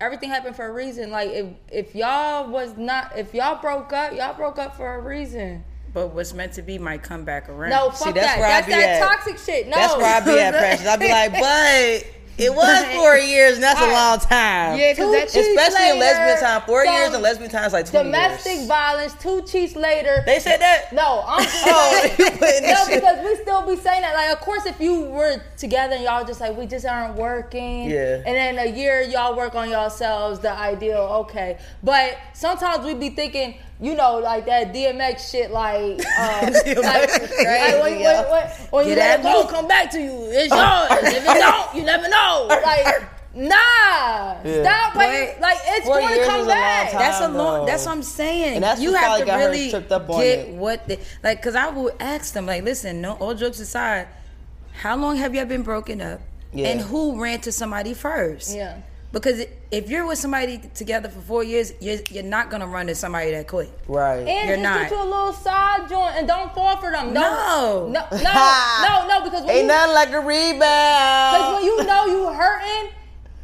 B: everything happened for a reason. Like if if y'all was not if y'all broke up, y'all broke up for a reason.
C: But what's meant to be might come back around.
B: No, fuck
A: that's
B: that.
A: where I
B: That's
A: be
B: that
A: at.
B: toxic shit. No.
A: That's where I be at, [laughs] Precious. I be like, but it was four years, and that's a long time.
B: Yeah, 'cause that-
A: especially in lesbian time, four
B: So,
A: years and lesbian time is like twenty
B: Domestic
A: years.
B: violence, two cheats later.
A: They said that.
B: no,
A: [laughs]
B: I'm just
A: Oh,
B: saying-
A: you putting
B: [laughs] no,
A: that shit.
B: because we still be saying that. Like, of course, if you were together and y'all just like we just aren't working,
A: Yeah.
B: And then a year y'all work on yourselves, the ideal, okay. But sometimes we be thinking, you know, like that DMX
A: [laughs]
B: shit, like, uh, like, like, when, you- when, when, when you let
C: Get
B: it
C: at
B: go,
A: [laughs]
C: me.
B: come back to you. It's yours. if it don't, you never know. Like, Nah, stop. Like,
C: Wait.
B: like it's
A: Four
B: going to
A: years
B: come
A: is a long
B: back.
A: time.
C: That's a long.
A: though.
C: That's what I'm saying.
A: And that's
C: you
A: what
C: have
A: probably
C: to
A: got her
C: really
A: tripped up on
C: get
A: it.
C: what they like. Cause I would ask them, like, listen, no, all jokes aside, how long have y'all been broken up?
A: Yeah.
C: And who ran to somebody first?
B: Yeah.
C: Because if you're with somebody together for four years, you're, you're not gonna run to somebody that quick.
A: [laughs] Right.
B: And
C: You're
B: just
C: not.
B: get you a little side joint and don't fall for them.
C: No.
B: Don't- no, no, no,
C: [laughs]
B: no, because when
A: Ain't
B: you,
A: nothing like a
B: Because when
A: rebound.
B: you know you hurting,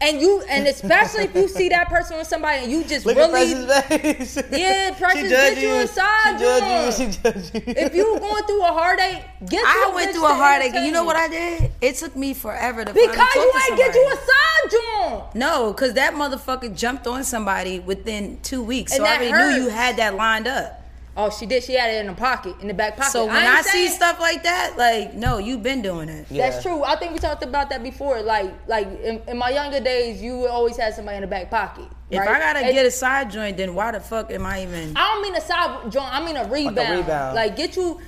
B: and you, and especially if you see that person with somebody and you just
A: Look
B: really,
A: at Precious' face.
B: [laughs] Yeah, Precious,
A: she
B: get
A: judge
B: you a side
A: She judge you. She judge you.
B: if you
A: [laughs]
B: going through a heartache, get.
C: I
B: you
C: went
B: bitch
C: through a
B: to
C: heartache. and
B: entertain
C: You know what I did? It took me forever to finally
B: Because
C: talk
B: you
C: to
B: ain't get you
C: somebody.
B: a side joint.
C: No, because that motherfucker jumped on somebody within two weeks.
B: And
C: so
B: that
C: I already
B: hurt.
C: knew you had that lined up.
B: Oh, she did. She had it in the pocket, in the back pocket. [laughs]
C: So when
B: ain't
C: I, see
B: saying-
C: stuff like that, like, no, you've been doing it.
B: That's true. I think we talked about that before. Like, like in, in my younger days, you would always have somebody in the back pocket.
C: If
B: right?
C: I gotta
B: And-
C: get a side joint, then why the fuck am I even?
B: I don't mean a side joint. I mean a rebound. Like,
A: rebound.
B: get you,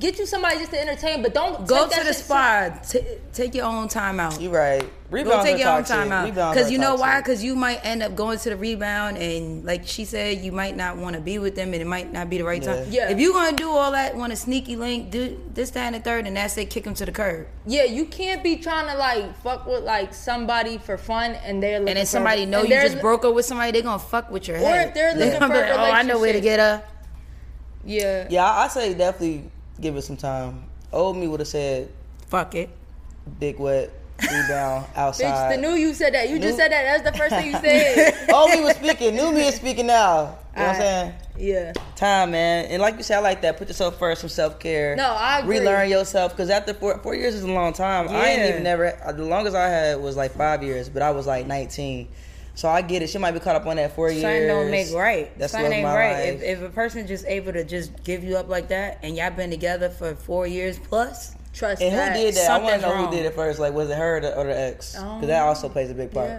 B: get you somebody just to entertain, but don't
C: Go
B: take that
C: to the
B: shit-
C: spa. T- take your own time out.
A: You right.
C: Go
A: Rebound.
C: take your own time out. Because you know why? Because you might end up going to the rebound, and like she said, you might not want to be with them, and it might not be the right time.
B: Yeah. Yeah.
C: If you're gonna do all that, want a sneaky link, do this, that, and the third, and that's it. Kick them to the curb.
B: Yeah, you can't be trying to like fuck with like somebody for fun and they're looking
C: And then
B: for-
C: somebody know
B: and
C: you
B: they're-
C: just broke up with somebody, they're gonna fuck with your head.
B: if they're
C: They
B: looking
C: gonna
B: for
C: be
B: a
C: like, oh, I know where to get
B: relationship."
C: her.
B: Yeah.
A: Yeah, I I say definitely give it some time. Old me would have said
C: Fuck it.
A: dick wet, rebound
B: [laughs] Bitch, the
A: outside.
B: new you said that. You just
A: New-
B: said that. That's the first thing
A: [laughs]
B: you said.
A: Old me was speaking. New me is speaking now. You know what I'm saying?
B: yeah.
A: Time, man, and like you said, I like that. Put yourself first, some self care.
B: No, I agree.
A: Relearn yourself because after four, four years is a long time. I ain't
C: Yeah.
A: even never. uh, The longest I had was like five years, but I was like 19, so I get it. She might be caught up on that four years.
C: Something don't make right.
A: That's
C: Something
A: love
C: ain't
A: my
C: right.
A: life.
C: If, if a person just able to just give you up like that, and y'all been together for four years plus,
B: Trust
A: and
B: that.
A: who did that? I want
C: something's
A: to know
C: wrong. Um,
A: who did it first. Like, was it her or the, or the ex? Because that also plays a big part.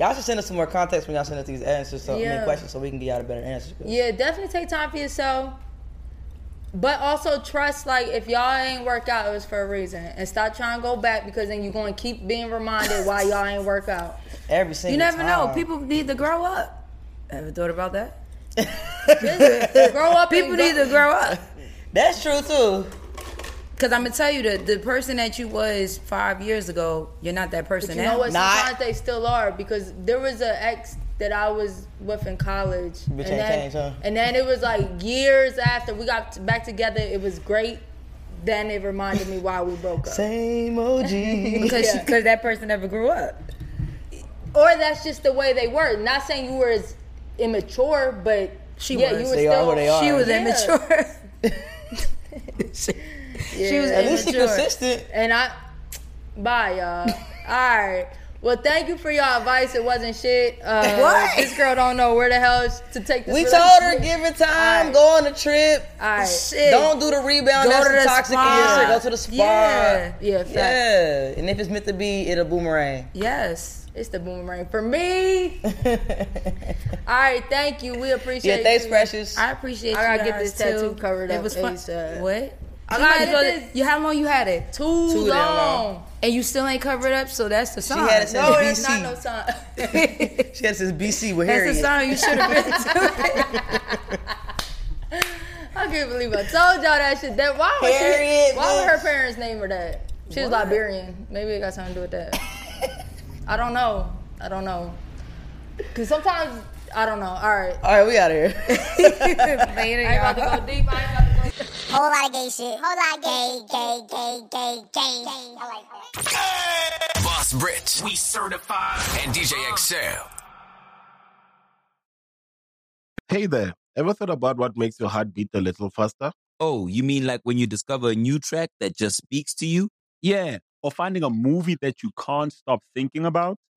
A: Y'all should send us some more context when y'all send us these answers, so I mean,
B: Yeah.
A: questions, so we can get y'all a better answer.
B: Yeah, definitely take time for yourself. But also trust, like, if y'all ain't work out, it was for a reason. And stop trying to go back because then you're going to keep being reminded why y'all ain't work out.
A: Every single
C: you never know.
A: time. [laughs]
C: People need to grow up. Ever thought about that?
B: Grow up
C: People
B: and go-
C: need to grow up.
A: That's true too.
C: Cause I'm gonna tell you that the person that you was five years ago, you're not that person
B: You
C: now.
B: know what?
A: Not-
B: Sometimes they still are because there was an ex that I was with in college, and
A: ain't
B: then,
A: changed, huh?
B: and then it was like years after we got t- back together. It was great. Then it reminded me why we broke up,
A: Same OG.
C: Because she- [laughs] [laughs] 'cause that person never grew up.
B: or that's just the way they were. Not saying you were as immature, but
C: She
B: yeah,
C: was.
B: you were
A: They are
B: still
A: who they are.
C: She was
B: Yeah. [laughs]
C: immature. she, she was
A: At least she
C: immature.
A: consistent.
B: And I, bye
A: [laughs]
B: y'all. All right. Well, thank you for your advice. It wasn't shit. Uh,
C: What?
B: This girl don't know where the hell to take this.
A: We told her
B: relationship.
A: give it time,
B: Alright.
A: go on a trip.
B: Alright.
C: Shit.
A: Don't do the rebound.
C: Go
A: That's
C: to
A: the
C: the
A: toxic
C: spa.
A: answer. Go to the spa.
C: Yeah.
B: Yeah, facts.
A: Yeah. And if it's meant to be, it'll boomerang.
C: Yes.
B: It's the boomerang
A: [laughs]
B: for me. All right, thank you. We appreciate
A: Yeah, thanks,
B: you.
A: precious.
C: I appreciate you.
B: I gotta get
C: guys,
B: this tattoo
C: too.
B: covered
C: it
B: up
C: was fun.
B: ASAP.
C: What?
B: I
C: You
B: gotta
C: might as
B: get
C: well-
B: this-
C: You, how long you had it?
B: Too,
A: Too damn
B: long.
A: long.
C: And you still ain't covered up, so that's the song.
A: had it since-
B: No, that's
A: BC.
B: not no sign. [laughs]
A: She has this BC with
C: [laughs] that's
A: Harriet.
C: the song you
A: [laughs]
C: should have been to.
B: I can't believe I told y'all that shit. That why was
A: Harriet,
B: she, Why would her
A: bitch.
B: parents name her that? She was Liberian. Maybe it got something to do with that. I don't know. I don't know. Cause sometimes I don't know. All right.
A: All right, we out of here.
C: Later,
B: I ain't
C: y'all.
B: about to go deep. I ain't about to go deep.
J: Whole lot of gay shit. Whole lot of gay, gay, gay, gay, gay. I like, I like.
K: Boss Brit. We certified. And DJ XL.
G: Hey there, ever thought about what makes your heart beat a little faster?
H: Oh, you mean like when you discover a new track that just speaks to you?
L: Yeah. Or finding a movie that you can't stop thinking about.